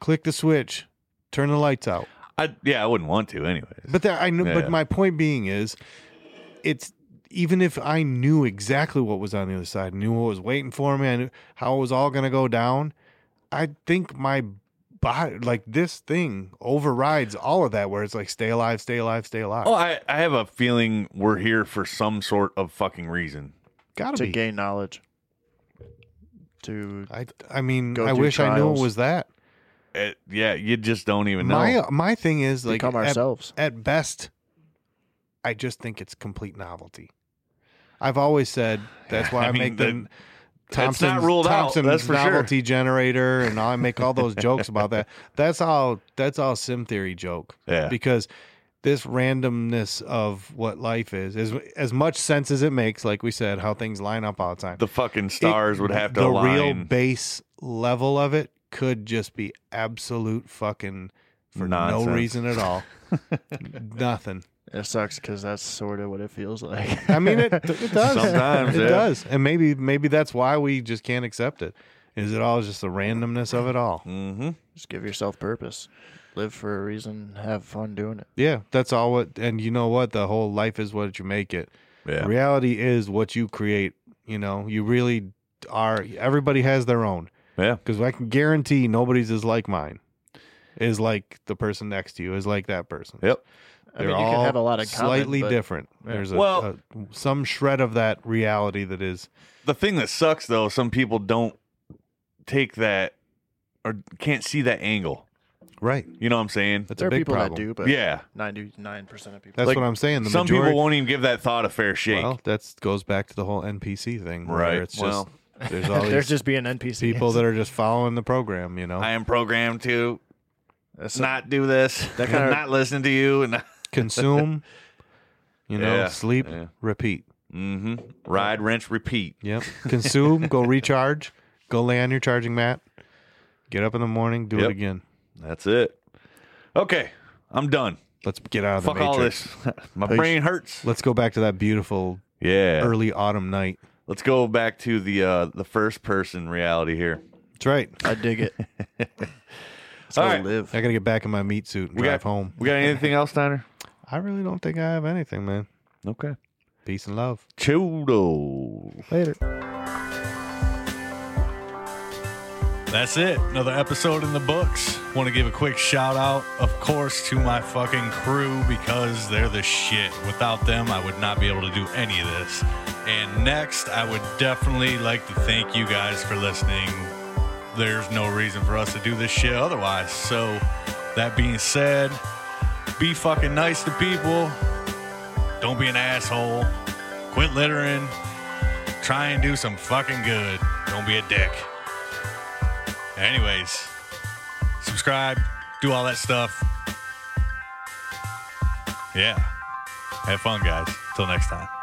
Click the switch, turn the lights out.
I yeah I wouldn't want to anyways.
But that I know.
Yeah.
But my point being is, it's even if I knew exactly what was on the other side, knew what was waiting for me, I knew how it was all going to go down. I think my body, like this thing, overrides all of that. Where it's like, stay alive, stay alive, stay alive.
Oh, I, I have a feeling we're here for some sort of fucking reason.
Gotta
to
be.
gain knowledge. To
I I mean,
Go
I
through
wish I knew it
trials.
was that.
It, Eh, yeah, you just don't even know.
My my thing is like
become
at,
ourselves.
at best, I just think it's complete novelty. I've always said that's why I,
I mean,
make
that-
the
that's
Thompson's,
not ruled out,
Thompson's
that's for sure.
novelty generator, and I make all those jokes about that. That's all. That's all sim theory joke.
Yeah.
because this randomness of what life is, as as much sense as it makes, like we said, how things line up all the time.
the fucking stars
It-
would have to
the
align.
real base level of it could just be absolute fucking for no
Nonsense.
reason at all nothing
It sucks because that's sort of what it feels like.
i mean it, it does
Sometimes,
it
yeah.
does and maybe maybe that's why we just can't accept it is it all just the randomness of it all
mm-hmm.
Just give yourself purpose. Live for a reason. Have fun doing it.
yeah that's all what and you know what the whole life is what you make it
Yeah.
reality is what you create you know you really are everybody has their own
yeah.
because I can guarantee nobody's is like mine. Is like the person next to you is like that person.
Yep.
I mean, you can have a lot in common,
slightly
but-
different. There's a,
Well-
a- some shred of that reality that is
The thing that sucks though, some people don't take that or can't see that angle.
right.
You know what I'm saying?
That's
there
a
are
big
people
problem.
that do, but
yeah.
ninety-nine percent of people.
That's
Like,
what I'm saying. The
some
majority,
people won't even give that thought a fair shake.
Well, that goes back to the whole NPC thing. where
Right.
It's just
Well.
there's all
There's
these
just being NPCs.
people that are just following the program. You know,
I am programmed to
That's
not do this.
That
and
kinda-
not listen to you and
consume. You know,
Yeah,
sleep,
yeah.
repeat.
hmm ride, wrench, repeat.
Yep. Consume, go recharge, go lay on your charging mat, get up in the morning, do
Yep.
it again.
That's it. Okay. I'm done.
Let's get out of the
Fuck
matrix.
all this. My brain hurts.
Let's go back to that beautiful
Yeah.
early autumn night.
Let's go back to the uh the first person reality here.
That's right.
I dig it. That's how
All
I
right.
live.
I gotta get back in my meat suit and
We
drive
got-
home.
We got anything else, Steiner?
I really don't think I have anything, man.
Okay.
Peace and love.
Toodles.
Later.
That's it. Another episode in the books. Want to give a quick shout out, of course, to my fucking crew because they're the shit. Without them, I would not be able to do any of this. And next, I would definitely like to thank you guys for listening. There's no reason for us to do this shit otherwise. So, that being said, be fucking nice to people. Don't be an asshole. Quit littering. Try and do some fucking good. Don't be a dick. Anyways, subscribe, do all that stuff. Yeah. Have fun, guys. Till next time.